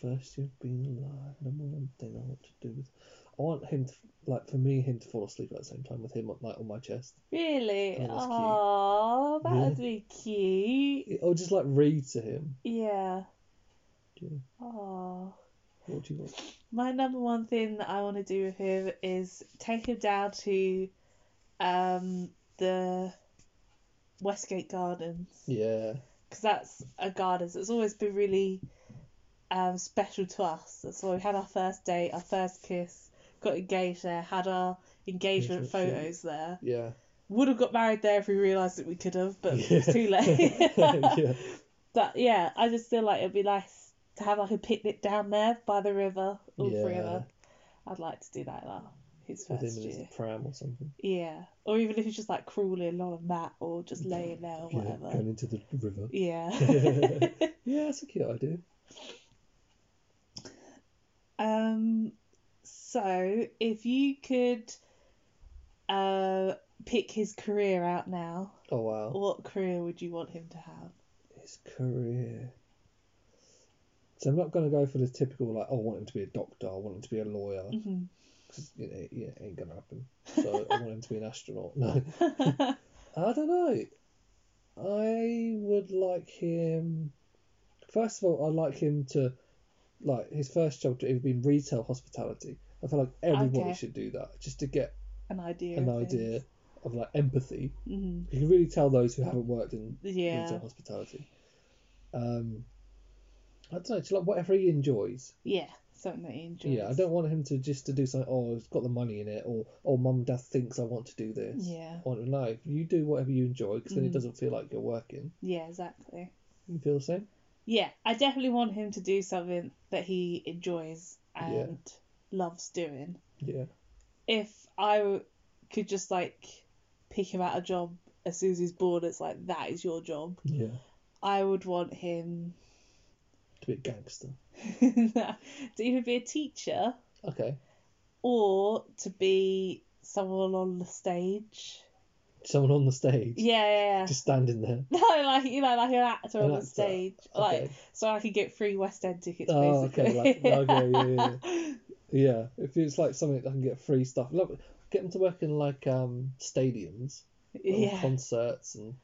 Speaker 2: First year of being alive, number one thing I want to do with. I want him to, like, for me, him to fall asleep at the same time with him, like, on my chest.
Speaker 1: Really?
Speaker 2: Oh, that's cute.
Speaker 1: Oh, that would
Speaker 2: Yeah.
Speaker 1: be cute.
Speaker 2: Or just, like, read to him.
Speaker 1: Yeah.
Speaker 2: Yeah.
Speaker 1: Oh.
Speaker 2: What do you want?
Speaker 1: My number one thing that I want to do with him is take him down to um, the Westgate Gardens
Speaker 2: Yeah.
Speaker 1: because that's a gardens that's always been really um, special to us. That's why we had our first date, our first kiss, got engaged there, had our engagement
Speaker 2: Engagement shoot.
Speaker 1: photos there.
Speaker 2: Yeah.
Speaker 1: Would have got married there if we realised that we could have, but
Speaker 2: Yeah.
Speaker 1: it's too late.
Speaker 2: yeah.
Speaker 1: But yeah, I just feel like it'd be nice to have like a picnic down there by the river, all three of us. I'd like to do that like his
Speaker 2: With him
Speaker 1: first
Speaker 2: in
Speaker 1: year.
Speaker 2: his pram or something.
Speaker 1: Yeah, or even if he's just like crawling on a mat or just laying there or
Speaker 2: Yeah.
Speaker 1: whatever.
Speaker 2: Going into the river.
Speaker 1: Yeah.
Speaker 2: Yeah, that's a cute idea.
Speaker 1: um. So if you could, uh, pick his career out now,
Speaker 2: Oh, wow.
Speaker 1: what career would you want him to have?
Speaker 2: His career. So I'm not going to go for the typical like, oh, I want him to be a doctor, I want him to be a lawyer,
Speaker 1: Mhm.
Speaker 2: 'cause, you know, yeah, it ain't going to happen. So I want him to be an astronaut. No, I don't know. I would like him. First of all, I'd like him to, like, his first job to either be in retail hospitality. I feel like everybody
Speaker 1: Okay.
Speaker 2: should do that just to get
Speaker 1: An idea.
Speaker 2: an
Speaker 1: of things.
Speaker 2: idea of like empathy.
Speaker 1: Mhm.
Speaker 2: You can really tell those who haven't worked in
Speaker 1: Yeah.
Speaker 2: retail hospitality. Um, I don't know, just like whatever he enjoys.
Speaker 1: Yeah, something that he enjoys.
Speaker 2: Yeah, I don't want him to just to do something. Oh, it's got the money in it, or oh, mum and dad thinks I want to do this.
Speaker 1: Yeah. Mm.
Speaker 2: Or no, if you do whatever you enjoy, because then it doesn't feel like you're working.
Speaker 1: Yeah, exactly.
Speaker 2: You feel the same?
Speaker 1: Yeah, I definitely want him to do something that he enjoys and
Speaker 2: Yeah.
Speaker 1: loves doing.
Speaker 2: Yeah.
Speaker 1: If I w- could just like pick him out a job as soon as he's born, it's like that is your job.
Speaker 2: Yeah.
Speaker 1: I would want him
Speaker 2: To be a gangster.
Speaker 1: to either be a teacher
Speaker 2: Okay.
Speaker 1: or to be someone on the stage.
Speaker 2: Someone on the stage.
Speaker 1: Yeah, yeah, yeah.
Speaker 2: Just standing there.
Speaker 1: No, like you know, like an actor
Speaker 2: An
Speaker 1: on the
Speaker 2: actor.
Speaker 1: stage, like
Speaker 2: Okay.
Speaker 1: so I could get free West End tickets.
Speaker 2: Oh, okay.
Speaker 1: basically.
Speaker 2: Like, okay. Yeah, yeah, yeah. yeah. If it's like something that I can get free stuff, like, get them to work in like um stadiums, and
Speaker 1: yeah, yeah,
Speaker 2: concerts, and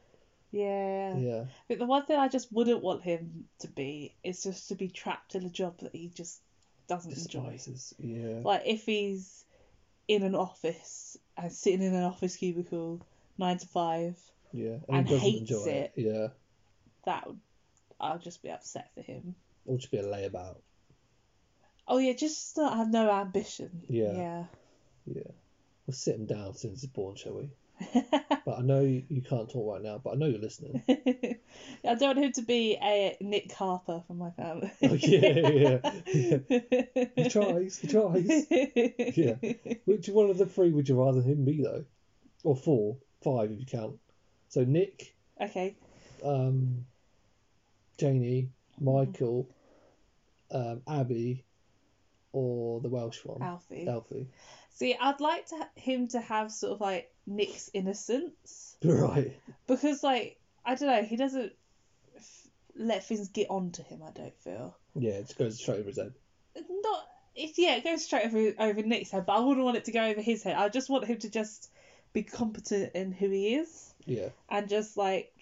Speaker 1: yeah.
Speaker 2: yeah.
Speaker 1: But the one thing I just wouldn't want him to be is just to be trapped in a job that he just doesn't enjoy.
Speaker 2: despises. Yeah.
Speaker 1: Like if he's in an office and sitting in an office cubicle nine to five,
Speaker 2: Yeah. And,
Speaker 1: and
Speaker 2: he doesn't
Speaker 1: hates
Speaker 2: enjoy it. Yeah.
Speaker 1: that would I'll just be upset for him.
Speaker 2: Or just be a layabout.
Speaker 1: Oh yeah, just not have no ambition.
Speaker 2: Yeah.
Speaker 1: Yeah.
Speaker 2: Yeah. We'll sit him down since he's born, shall we? but I know you, you can't talk right now, but I know you're listening.
Speaker 1: I don't want him to be a Nick Harper from my family.
Speaker 2: Oh, yeah, yeah, yeah. He tries, he tries. Yeah. Which one of the three would you rather him be, though? Or four, five if you count. So Nick,
Speaker 1: Okay.
Speaker 2: um, Janie, Michael, um, Abby, or the Welsh one?
Speaker 1: Alfie.
Speaker 2: Alfie.
Speaker 1: See, I'd like to him to have sort of like Nick's innocence
Speaker 2: Right.
Speaker 1: because, like, I don't know, he doesn't f- let things get on to him. I don't feel
Speaker 2: Yeah, it just goes straight over his head.
Speaker 1: not. It's yeah, it goes straight over over Nick's head, but I wouldn't want it to go over his head. I just want him to just be competent in who he is
Speaker 2: Yeah.
Speaker 1: and just like,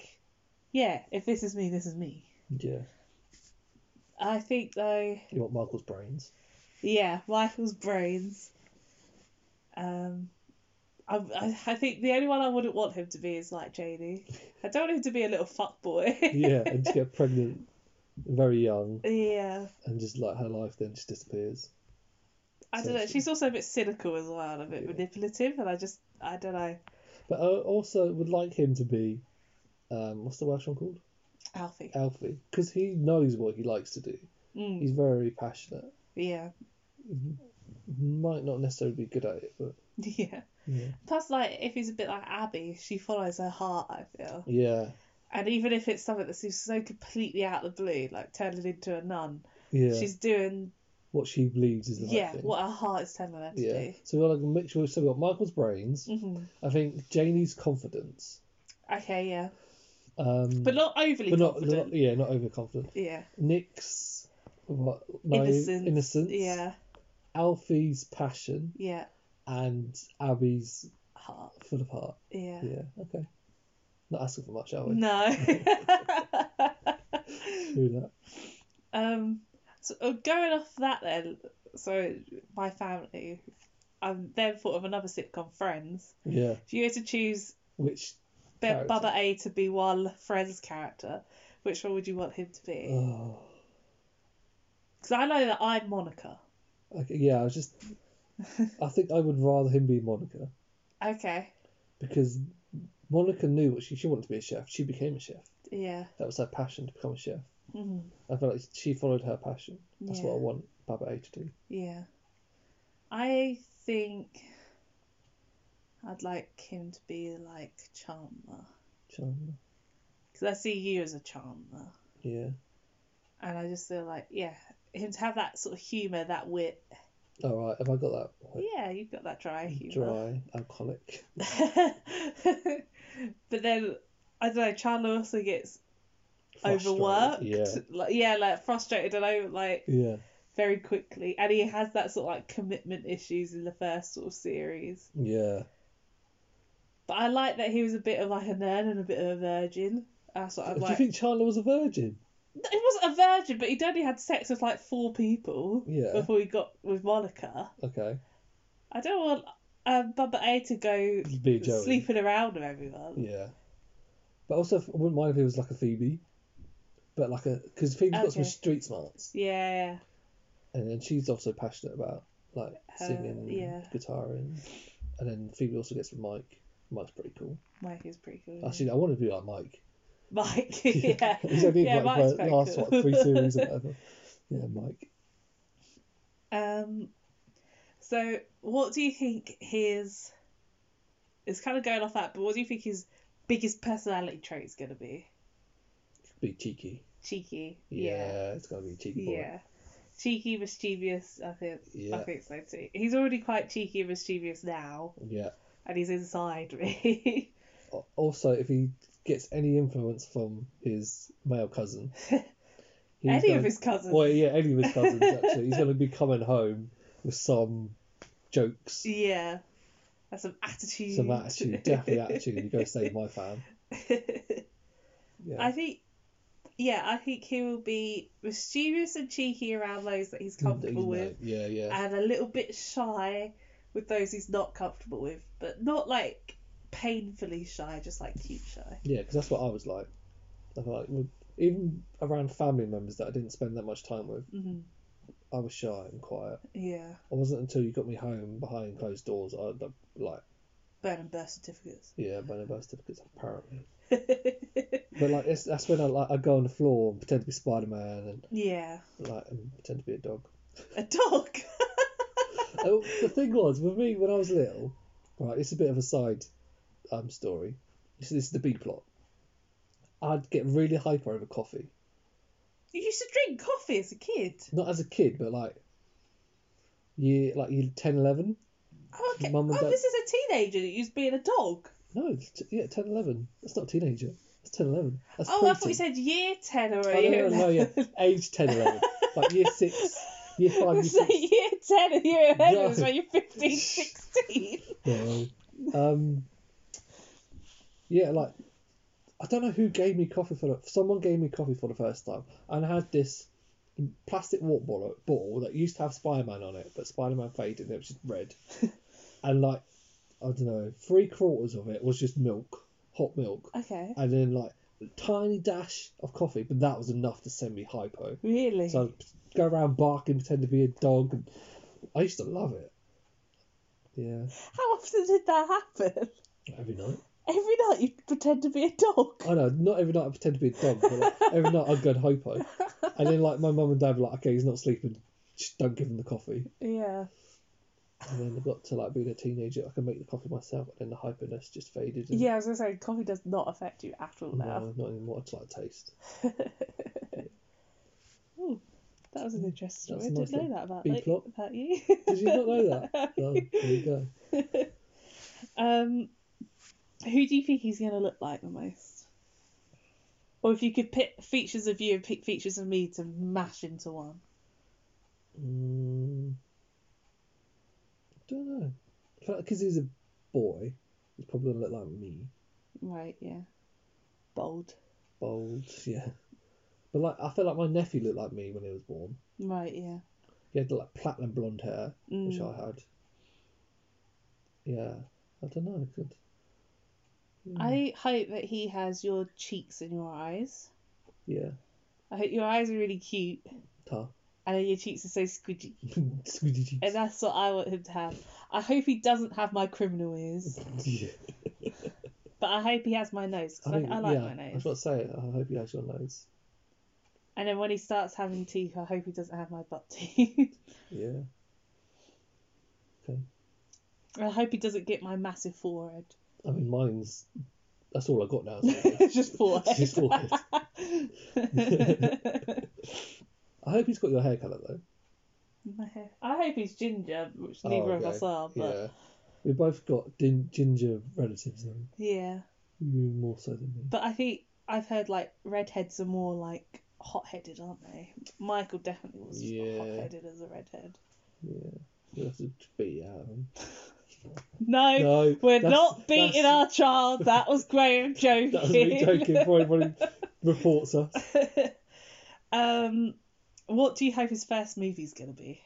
Speaker 1: yeah, if this is me, this is me.
Speaker 2: Yeah.
Speaker 1: I think though,
Speaker 2: You want Michael's brains.
Speaker 1: yeah, Michael's brains. Um, I, I, I think the only one I wouldn't want him to be is like Janie. I don't want him to be a little fuck boy.
Speaker 2: Yeah, and to get pregnant very young
Speaker 1: yeah.
Speaker 2: and just like her life then just disappears.
Speaker 1: I
Speaker 2: So
Speaker 1: don't know.
Speaker 2: she-
Speaker 1: She's also a bit cynical as well, and a bit manipulative, and I just I don't know.
Speaker 2: But I also would like him to be, um, what's the Welsh one called?
Speaker 1: Alfie.
Speaker 2: Alfie, because he knows what he likes to do.
Speaker 1: Mm,
Speaker 2: He's very passionate.
Speaker 1: yeah.
Speaker 2: Might not necessarily be good at it, but
Speaker 1: Yeah.
Speaker 2: Yeah.
Speaker 1: Plus, like, if he's a bit like Abby, she follows her heart, I feel.
Speaker 2: yeah,
Speaker 1: And even if it's something that seems so completely out of the blue, like turning into a nun,
Speaker 2: yeah.
Speaker 1: she's doing,
Speaker 2: What she believes is the right
Speaker 1: yeah,
Speaker 2: thing.
Speaker 1: what her heart is telling her to
Speaker 2: yeah.
Speaker 1: do.
Speaker 2: So we're like a mixture. So we've got Michael's brains.
Speaker 1: Mhm.
Speaker 2: I think Janie's confidence.
Speaker 1: Okay, yeah,
Speaker 2: Um,
Speaker 1: but not overly
Speaker 2: but not,
Speaker 1: confident.
Speaker 2: not- yeah, not overconfident.
Speaker 1: Yeah,
Speaker 2: Nick's what, naive-
Speaker 1: innocence.
Speaker 2: innocence.
Speaker 1: Yeah,
Speaker 2: Alfie's passion
Speaker 1: yeah,
Speaker 2: and Abby's
Speaker 1: heart.
Speaker 2: full of heart.
Speaker 1: Yeah.
Speaker 2: Yeah, okay. Not asking for much, are we?
Speaker 1: No.
Speaker 2: Do that.
Speaker 1: um. So uh, going off that then, so my family, I then thought of another sitcom, Friends.
Speaker 2: Yeah.
Speaker 1: If you had to choose
Speaker 2: Which
Speaker 1: Be-
Speaker 2: character?
Speaker 1: Bubba A to be one Friends character, which one would you want him to be?
Speaker 2: Oh,
Speaker 1: Because I know that I'm Monica.
Speaker 2: okay, yeah, I was just. I think I would rather him be Monica
Speaker 1: Okay.
Speaker 2: because Monica knew what she she wanted to be a chef. She became a chef.
Speaker 1: Yeah.
Speaker 2: That was her passion to become a chef.
Speaker 1: Mhm.
Speaker 2: I feel like she followed her passion. That's what I
Speaker 1: Yeah.
Speaker 2: want Baba A to do.
Speaker 1: Yeah. I think I'd like him to be like Chandler.
Speaker 2: Chandler.
Speaker 1: Because I see you as a Chandler.
Speaker 2: Yeah.
Speaker 1: And I just feel like, yeah, him to have that sort of humour, that wit.
Speaker 2: All right. Have I got that right?
Speaker 1: Yeah, you've got that dry humour.
Speaker 2: dry alcoholic?
Speaker 1: but then, I don't know, Chandler also gets
Speaker 2: Frustrated,
Speaker 1: overworked.
Speaker 2: Yeah.
Speaker 1: Like, yeah, like frustrated and over, like
Speaker 2: Yeah.
Speaker 1: very quickly. And he has that sort of like commitment issues in the first sort of series.
Speaker 2: Yeah.
Speaker 1: But I like that he was a bit of like a nerd and a bit of a virgin. That's what I'm
Speaker 2: Do
Speaker 1: like.
Speaker 2: you think Chandler was a virgin?
Speaker 1: He wasn't a virgin, but he'd only had sex with like four people
Speaker 2: Yeah.
Speaker 1: before he got with Monica.
Speaker 2: Okay.
Speaker 1: I don't want um, Bubba A to go
Speaker 2: Be Joey.
Speaker 1: sleeping around with everyone.
Speaker 2: Yeah. But also, I wouldn't mind if it was like a Phoebe. But like a. Because Phoebe's got some
Speaker 1: Okay.
Speaker 2: street smarts.
Speaker 1: Yeah.
Speaker 2: And then she's also passionate about like singing,
Speaker 1: yeah.
Speaker 2: guitaring. And then Phoebe also gets with Mike. Mike's pretty cool.
Speaker 1: Mike is pretty cool.
Speaker 2: Actually, I want to be like Mike.
Speaker 1: Mike, yeah.
Speaker 2: He's only in,
Speaker 1: yeah,
Speaker 2: like
Speaker 1: Mike's
Speaker 2: the
Speaker 1: quite
Speaker 2: last
Speaker 1: cool.
Speaker 2: what, three series or whatever. Yeah, Mike.
Speaker 1: Um, so what do you think his? It's kind of going off that, but what do you think his biggest personality trait is going to be?
Speaker 2: Be cheeky.
Speaker 1: Cheeky.
Speaker 2: Yeah,
Speaker 1: Yeah.
Speaker 2: it's gotta be a cheeky boy.
Speaker 1: Yeah. Cheeky, mischievous. I think. I
Speaker 2: Yeah.
Speaker 1: think so too. He's already quite cheeky and mischievous now,
Speaker 2: Yeah.
Speaker 1: and he's inside me.
Speaker 2: Al- Also, if he gets any influence from his male cousin, he's
Speaker 1: Any
Speaker 2: gonna-
Speaker 1: of his cousins.
Speaker 2: Well, yeah, any of his cousins actually. He's going to be coming home with some jokes,
Speaker 1: yeah. That's some attitude.
Speaker 2: some attitude, definitely attitude. You go save my fam. Yeah,
Speaker 1: I think, yeah, I think he will be mischievous and cheeky around those that he's comfortable
Speaker 2: You know,
Speaker 1: with,
Speaker 2: Yeah, yeah,
Speaker 1: and a little bit shy with those he's not comfortable with, but not like painfully shy, just like cute shy.
Speaker 2: yeah. Because that's what I was like. I feel like with- even around family members that I didn't spend that much time with,
Speaker 1: Mhm.
Speaker 2: I was shy and quiet.
Speaker 1: Yeah,
Speaker 2: It wasn't until you got me home behind closed doors I I- like
Speaker 1: burn and burst certificates.
Speaker 2: yeah, my birth certificates apparently. But like it's, that's when I like I go on the floor and pretend to be Spider Man
Speaker 1: yeah,
Speaker 2: and like and pretend to be a dog.
Speaker 1: a dog.
Speaker 2: Oh, the thing was with me when I was little, right? It's a bit of a side um story. This, this is the B plot. I'd get really hyper over coffee,
Speaker 1: you used to drink coffee as a kid.
Speaker 2: not as a kid, but like year like year 10, 11.
Speaker 1: Oh, okay.
Speaker 2: Mum and
Speaker 1: oh
Speaker 2: Dad-
Speaker 1: this is a teenager that used being a dog.
Speaker 2: No, it's t- yeah, 10, 11. That's not teenager. That's 10, 11. That's
Speaker 1: Oh, I thought you
Speaker 2: preteen.
Speaker 1: said year ten or a
Speaker 2: Oh,
Speaker 1: year
Speaker 2: no, no, no,
Speaker 1: 11.
Speaker 2: yeah. Age 10, 11. Like year 6, year 5, year
Speaker 1: It's like
Speaker 2: 6.
Speaker 1: year 10 and year 11
Speaker 2: No.
Speaker 1: is when you're 15, 16.
Speaker 2: No. Um, yeah, like, I don't know who gave me coffee for the, Someone gave me coffee for the first time. And I had this plastic water bottle, bottle that used to have Spider Man on it, but Spider Man faded and it was just red. and, like, I don't know, three quarters of it was just milk, hot milk.
Speaker 1: Okay.
Speaker 2: And then, like, a tiny dash of coffee, but that was enough to send me hypo.
Speaker 1: Really?
Speaker 2: So I'd go around barking, pretend to be a dog. And I used to love it. Yeah,
Speaker 1: How often did that happen?
Speaker 2: every night.
Speaker 1: Every night you pretend to be a dog.
Speaker 2: I know, not every night I pretend to be a dog, but like, every night I'd go and hypo. And then like my mum and dad were like, okay, he's not sleeping. Just don't give him the coffee.
Speaker 1: Yeah.
Speaker 2: And then I got to like being a teenager, I can make the coffee myself. And then the hyperness just faded. And,
Speaker 1: Yeah, I was going to say, coffee does not affect you at all now.
Speaker 2: No, not anymore. It's like taste.
Speaker 1: Hmm. That was an interesting
Speaker 2: That's
Speaker 1: story. I
Speaker 2: a nice
Speaker 1: didn't know
Speaker 2: little
Speaker 1: that about,
Speaker 2: B
Speaker 1: like,
Speaker 2: plot.
Speaker 1: about you.
Speaker 2: Did you not know that? No, there you go.
Speaker 1: um, Who do you think he's going to look like the most? Or if you could pick features of you and pick features of me to mash into one.
Speaker 2: Mm, don't know. Because he's a boy, he's probably gonna look like me.
Speaker 1: Right, yeah. Bold.
Speaker 2: Bold, yeah. But like, I feel like my nephew looked like me when he was born.
Speaker 1: Right, yeah.
Speaker 2: He had like platinum blonde hair, which
Speaker 1: Mm.
Speaker 2: I had. Yeah, I don't know. I could. Hmm.
Speaker 1: I hope that he has your cheeks and your eyes.
Speaker 2: Yeah,
Speaker 1: I hope your eyes are really cute
Speaker 2: tar.
Speaker 1: and your cheeks are so squidgy.
Speaker 2: Squidgy cheeks.
Speaker 1: And that's what I want him to have. I hope he doesn't have my criminal ears,
Speaker 2: Yeah.
Speaker 1: but I hope he has my nose because I,
Speaker 2: think-
Speaker 1: I, like
Speaker 2: yeah,
Speaker 1: my
Speaker 2: I
Speaker 1: nose.
Speaker 2: was about to say, I hope he has your nose.
Speaker 1: And then when he starts having teeth, I hope he doesn't have my butt teeth.
Speaker 2: Yeah. Okay.
Speaker 1: I hope he doesn't get my massive forehead.
Speaker 2: I mean, mine's. That's all I got now. so-
Speaker 1: It's just forehead.
Speaker 2: Just forehead. I hope he's got your hair colour though.
Speaker 1: My hair. I hope he's ginger, which neither
Speaker 2: Oh,
Speaker 1: of us
Speaker 2: okay.
Speaker 1: are, but
Speaker 2: Yeah. We both got din- ginger relatives, though.
Speaker 1: yeah.
Speaker 2: You more so than me.
Speaker 1: But I think I've heard like redheads are more like hot headed, aren't they? Michael definitely was
Speaker 2: Yeah.
Speaker 1: hot headed as a redhead.
Speaker 2: Yeah. You'll have to um, beat it out of him.
Speaker 1: No,
Speaker 2: No,
Speaker 1: we're
Speaker 2: that's-
Speaker 1: not beating
Speaker 2: that's-
Speaker 1: our child. That was Graham joking.
Speaker 2: That was me joking before everybody reports us.
Speaker 1: Um, what do you hope his first movie's gonna be?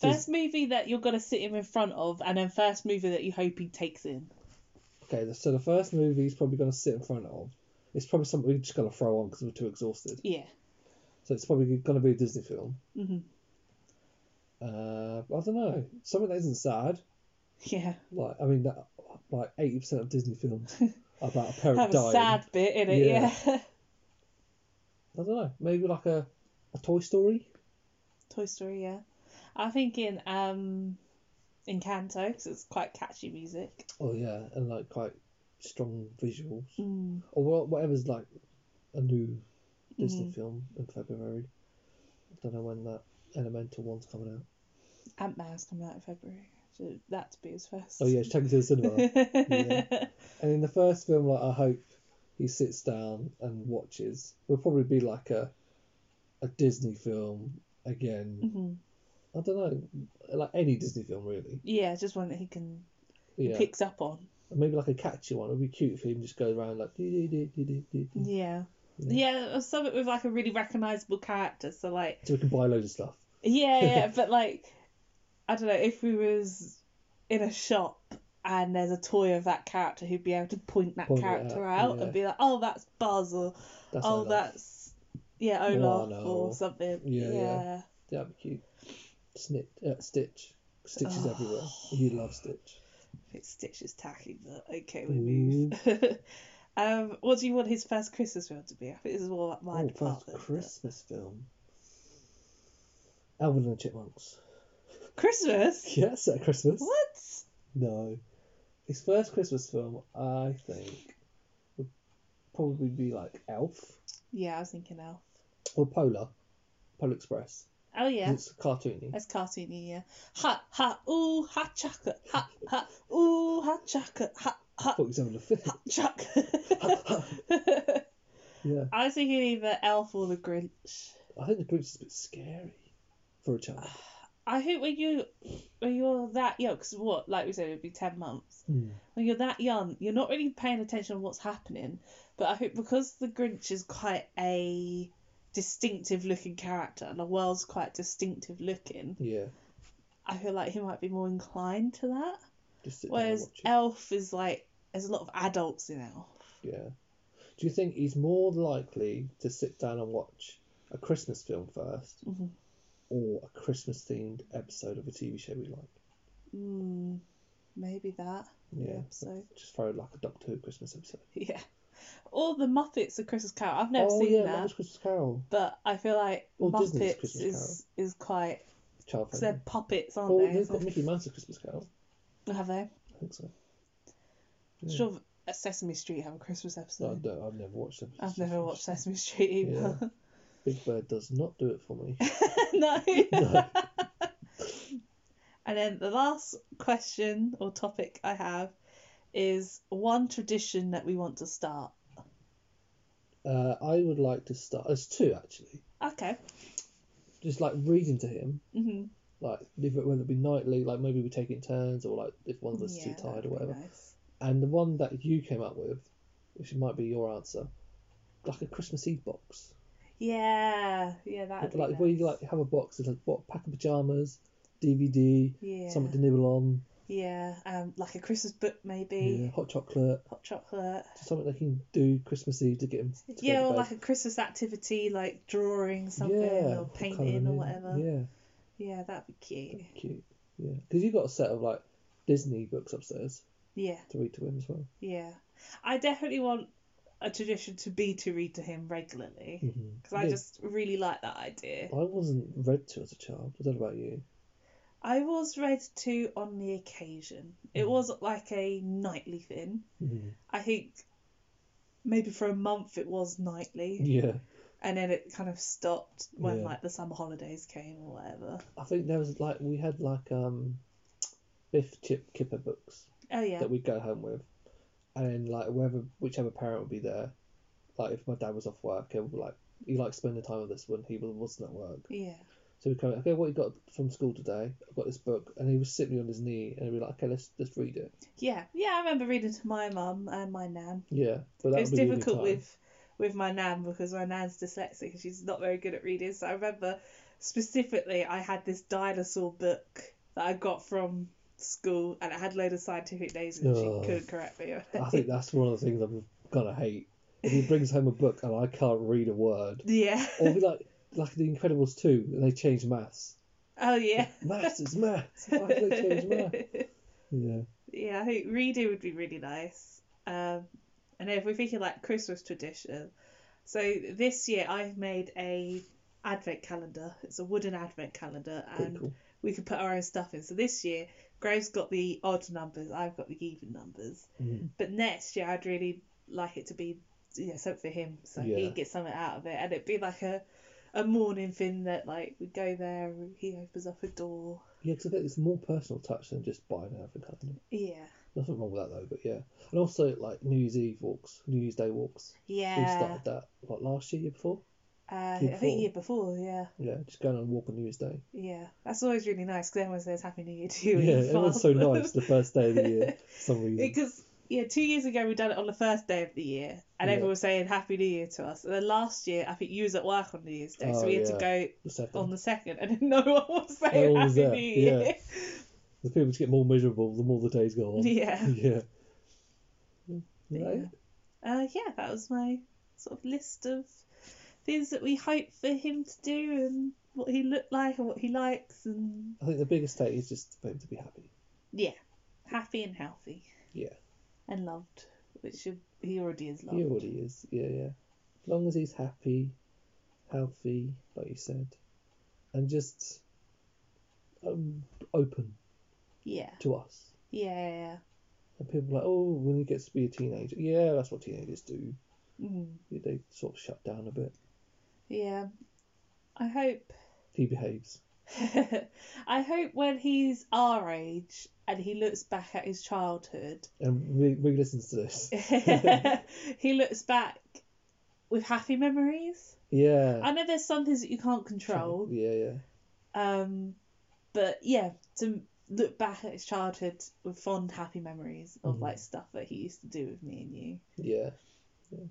Speaker 1: First movie that you're gonna sit him in front of, and then first movie that you hope he takes in.
Speaker 2: Okay, so the first movie he's probably going to sit in front of. It's probably something we're just going to throw on because we're too exhausted.
Speaker 1: Yeah.
Speaker 2: So it's probably going to be a Disney film. Mm-hmm. Uh, I don't know. Something that isn't sad.
Speaker 1: Yeah.
Speaker 2: Like I mean, that, like eighty percent of Disney films are about a parent
Speaker 1: Have
Speaker 2: dying.
Speaker 1: a sad bit in it,
Speaker 2: Yeah.
Speaker 1: yeah.
Speaker 2: I don't know. Maybe like a, a Toy Story.
Speaker 1: Toy Story, yeah. I think in um in Canto because it's quite catchy music.
Speaker 2: Oh yeah, and like quite strong visuals. Or wha- whatever's like a new Disney film in February. I don't know when that Elemental one's coming out.
Speaker 1: Ant Man's coming out in February, so that to be his first.
Speaker 2: Oh yeah, it's taken to the cinema. yeah. And in the first film, like I hope he sits down and watches. Will probably be like a a Disney film again. I don't know, like any Disney film really.
Speaker 1: Yeah, just one that he can he
Speaker 2: Yeah.
Speaker 1: picks up on.
Speaker 2: maybe like a catchy one. It'd be cute if he just goes around like dee dee dee dee dee dee dee.
Speaker 1: Yeah. Yeah, or something with like a really recognizable character. So like,
Speaker 2: so we can buy loads of stuff.
Speaker 1: yeah, yeah, but like, I don't know if we was in a shop and there's a toy of that character, he'd be able to point that
Speaker 2: Point it
Speaker 1: character
Speaker 2: out,
Speaker 1: out,
Speaker 2: yeah.
Speaker 1: and be like, oh, that's Buzz, or
Speaker 2: That's
Speaker 1: oh,
Speaker 2: enough.
Speaker 1: that's yeah, Olaf
Speaker 2: Moana
Speaker 1: or
Speaker 2: or-
Speaker 1: something.
Speaker 2: Yeah,
Speaker 1: Yeah,
Speaker 2: yeah. that'd be cute. Snit, uh, Stitch, Stitch is everywhere.
Speaker 1: Oh.
Speaker 2: You love Stitch.
Speaker 1: It's Stitch is tacky, but okay, we move. um, what do you want his first Christmas film to be? I think this is all my
Speaker 2: Oh, first
Speaker 1: department.
Speaker 2: Christmas film. Alvin and the Chipmunks.
Speaker 1: Christmas?
Speaker 2: Yeah, set at Christmas.
Speaker 1: What?
Speaker 2: No. His first Christmas film, I think, would probably be like Elf
Speaker 1: Yeah, I was thinking Elf.
Speaker 2: or Polar, Polar Express.
Speaker 1: Oh yeah,
Speaker 2: It's cartoony.
Speaker 1: that's cartoony. Yeah. Ha ha ooh ha chocolate ha ha ooh ha chocolate ha ha
Speaker 2: I thought he was having a fit.
Speaker 1: chocolate.
Speaker 2: Yeah.
Speaker 1: I was thinking either Elf or the Grinch.
Speaker 2: I think the Grinch is a bit scary for a child.
Speaker 1: I think when you when you're that young, because what like we said, it'd be ten months.
Speaker 2: Hmm.
Speaker 1: When you're that young, you're not really paying attention to what's happening. But I think because the Grinch is quite a distinctive looking character and the world's quite distinctive looking,
Speaker 2: Yeah.
Speaker 1: I feel like he might be more inclined to that.
Speaker 2: Just sit down and
Speaker 1: Whereas
Speaker 2: watch it.
Speaker 1: Elf is like there's a lot of adults in Elf.
Speaker 2: Yeah. Do you think he's more likely to sit down and watch a Christmas film 1st
Speaker 1: Mm-hmm.
Speaker 2: or a Christmas themed episode of a TV show we like?
Speaker 1: Mm, maybe that.
Speaker 2: Yeah.
Speaker 1: So
Speaker 2: Just throw like a Doctor Who Christmas episode.
Speaker 1: yeah. Or the Muppets, the Christmas Carol. I've never
Speaker 2: oh
Speaker 1: seen
Speaker 2: yeah,
Speaker 1: that.
Speaker 2: was Christmas Carol.
Speaker 1: but I feel like
Speaker 2: Well, Disney's
Speaker 1: Muppets
Speaker 2: Christmas
Speaker 1: is is quite
Speaker 2: Child
Speaker 1: because
Speaker 2: friendly.
Speaker 1: they're puppets, aren't
Speaker 2: Oh,
Speaker 1: they?
Speaker 2: they've got Mickey Mouse at Christmas Carol.
Speaker 1: Have they?
Speaker 2: I think so.
Speaker 1: Sure, Sesame Street have a Christmas
Speaker 2: No, I
Speaker 1: episode.
Speaker 2: don't, I've never watched them.
Speaker 1: I've never watched Sesame Street either.
Speaker 2: Big Bird does not do it for me.
Speaker 1: no. and then the last question or topic I have is one tradition that we want to start.
Speaker 2: Uh, I would like to start. There's two actually.
Speaker 1: Okay.
Speaker 2: Just like reading to him,
Speaker 1: hmm
Speaker 2: like if it, whether it be nightly, like maybe we take it in turns, or like if one of us is too tired or whatever. And the one that you came up with, which might be your answer, like a Christmas Eve box.
Speaker 1: Yeah, yeah, that.
Speaker 2: like where you like have a box that has what pack of pajamas, DVD,
Speaker 1: Yeah.
Speaker 2: something to nibble on,
Speaker 1: Yeah, um, like a Christmas book maybe,
Speaker 2: yeah, hot chocolate,
Speaker 1: hot chocolate.
Speaker 2: something they can do Christmas Eve to get him. To
Speaker 1: yeah,
Speaker 2: go
Speaker 1: or
Speaker 2: to
Speaker 1: like a
Speaker 2: bed.
Speaker 1: Christmas activity, like drawing something
Speaker 2: yeah,
Speaker 1: or
Speaker 2: kind of,
Speaker 1: painting
Speaker 2: yeah,
Speaker 1: or whatever. Yeah.
Speaker 2: Yeah,
Speaker 1: that'd be cute.
Speaker 2: cute. Yeah, because you got a set of like Disney books upstairs
Speaker 1: Yeah,
Speaker 2: to read to him as well.
Speaker 1: yeah. I definitely want a tradition to be to read to him regularly because
Speaker 2: Mhm.
Speaker 1: I
Speaker 2: Yeah.
Speaker 1: just really like that idea.
Speaker 2: I wasn't read to as a child. I don't know about you.
Speaker 1: I was read to on the occasion.
Speaker 2: Mm-hmm.
Speaker 1: It was like a nightly thing. I think maybe for a month it was nightly.
Speaker 2: Yeah,
Speaker 1: and then it kind of stopped when
Speaker 2: Yeah.
Speaker 1: like the summer holidays came or whatever.
Speaker 2: I think there was like we had like um, Biff Chip Kipper books.
Speaker 1: Oh yeah,
Speaker 2: that we'd go home with, and like wherever whichever parent would be there, like if my dad was off work, it would like he liked spending time with us when he was- wasn't at work.
Speaker 1: yeah,
Speaker 2: So we'd come, okay, what you got from school today? I've got this book, and he was sitting on his knee, and he'd be like, okay, let's let's read it.
Speaker 1: yeah, yeah. I remember reading to my mum and my nan.
Speaker 2: Yeah, but
Speaker 1: It
Speaker 2: that
Speaker 1: was
Speaker 2: would be the only
Speaker 1: difficult
Speaker 2: time.
Speaker 1: with with my nan because my nan's dyslexic and she's not very good at reading. So I remember specifically I had this dinosaur book that I got from school and it had a load of scientific names and
Speaker 2: Oh.
Speaker 1: she couldn't correct me.
Speaker 2: I think that's one of the things I'm gonna hate. If he brings home a book and I can't read a word,
Speaker 1: yeah.
Speaker 2: or be like like The Incredibles two, and they change maths.
Speaker 1: oh yeah.
Speaker 2: Maths is maths. Why did they change maths? Yeah.
Speaker 1: Yeah, I think reading would be really nice. Um, and if we're thinking like Christmas tradition, so this year I've made a advent calendar. It's a wooden advent calendar,
Speaker 2: Pretty
Speaker 1: and
Speaker 2: cool.
Speaker 1: we can put our own stuff in. So this year, Graves got the odd numbers, I've got the even numbers.
Speaker 2: Mhm.
Speaker 1: But next year, I'd really like it to be you know something for him, so
Speaker 2: Yeah.
Speaker 1: he gets something out of it, and it'd be like a a morning thing that like we go there, he opens up a door.
Speaker 2: Yeah, because I think it's a more personal touch than just buying an advent calendar.
Speaker 1: Yeah,
Speaker 2: Nothing wrong with that though, but yeah. And also like New Year's Eve walks, New Year's Day walks.
Speaker 1: yeah.
Speaker 2: We started that what last year, year before.
Speaker 1: Uh, I
Speaker 2: Before.
Speaker 1: think year before, yeah,
Speaker 2: Yeah, just going on a walk on New Year's Day.
Speaker 1: yeah. That's always really nice because everyone says Happy New Year to you.
Speaker 2: Yeah, it was so nice the first day of the year for some reason.
Speaker 1: Because yeah, two years ago we done it on the first day of the year, and
Speaker 2: Yeah.
Speaker 1: everyone was saying Happy New Year to us. And then last year, I think you was at work on New Year's Day,
Speaker 2: Oh,
Speaker 1: so we had
Speaker 2: yeah.
Speaker 1: to
Speaker 2: The
Speaker 1: go on
Speaker 2: second.
Speaker 1: the second, and no one was saying
Speaker 2: one was
Speaker 1: Happy
Speaker 2: there,
Speaker 1: New Year.
Speaker 2: The people just get more miserable the more the days go on.
Speaker 1: Yeah.
Speaker 2: Yeah. Yeah.
Speaker 1: Yeah. Uh, yeah, that was my sort of list of things that we hope for him to do and what he looked like and what he likes and
Speaker 2: I think the biggest day is just for him to be happy.
Speaker 1: yeah, happy and healthy
Speaker 2: Yeah.
Speaker 1: and loved, which he already is loved.
Speaker 2: He already is. Yeah, yeah. As long as he's happy, healthy, like you said, and just um, open
Speaker 1: Yeah,
Speaker 2: to us.
Speaker 1: yeah,
Speaker 2: And people are like, oh, when he gets to be a teenager, yeah, that's what teenagers do.
Speaker 1: yeah. Mm,
Speaker 2: They sort of shut down a bit.
Speaker 1: yeah. I hope.
Speaker 2: He behaves.
Speaker 1: I hope when he's our age and he looks back at his childhood,
Speaker 2: And re- re-listens to this.
Speaker 1: he looks back with happy memories.
Speaker 2: Yeah.
Speaker 1: I know there's some things that you can't control,
Speaker 2: Yeah, yeah.
Speaker 1: um, but yeah, to look back at his childhood with fond, happy memories of
Speaker 2: Mhm.
Speaker 1: like stuff that he used to do with me and you.
Speaker 2: Yeah. Yeah.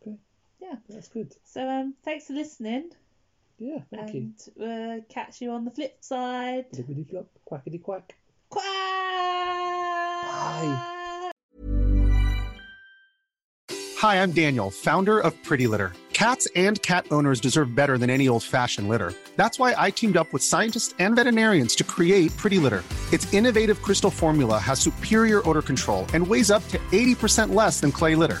Speaker 2: Okay.
Speaker 1: Yeah.
Speaker 2: That's good.
Speaker 1: So um, thanks for listening,
Speaker 2: Yeah, thank you.
Speaker 1: and we'll catch you on the flip side.
Speaker 2: Libbity flop, quackity quack.
Speaker 1: Quack!
Speaker 4: Hi, I'm Daniel, founder of Pretty Litter. Cats and cat owners deserve better than any old fashioned litter. That's why I teamed up with scientists and veterinarians to create Pretty Litter. Its innovative crystal formula has superior odor control and weighs up to 80% less than clay litter.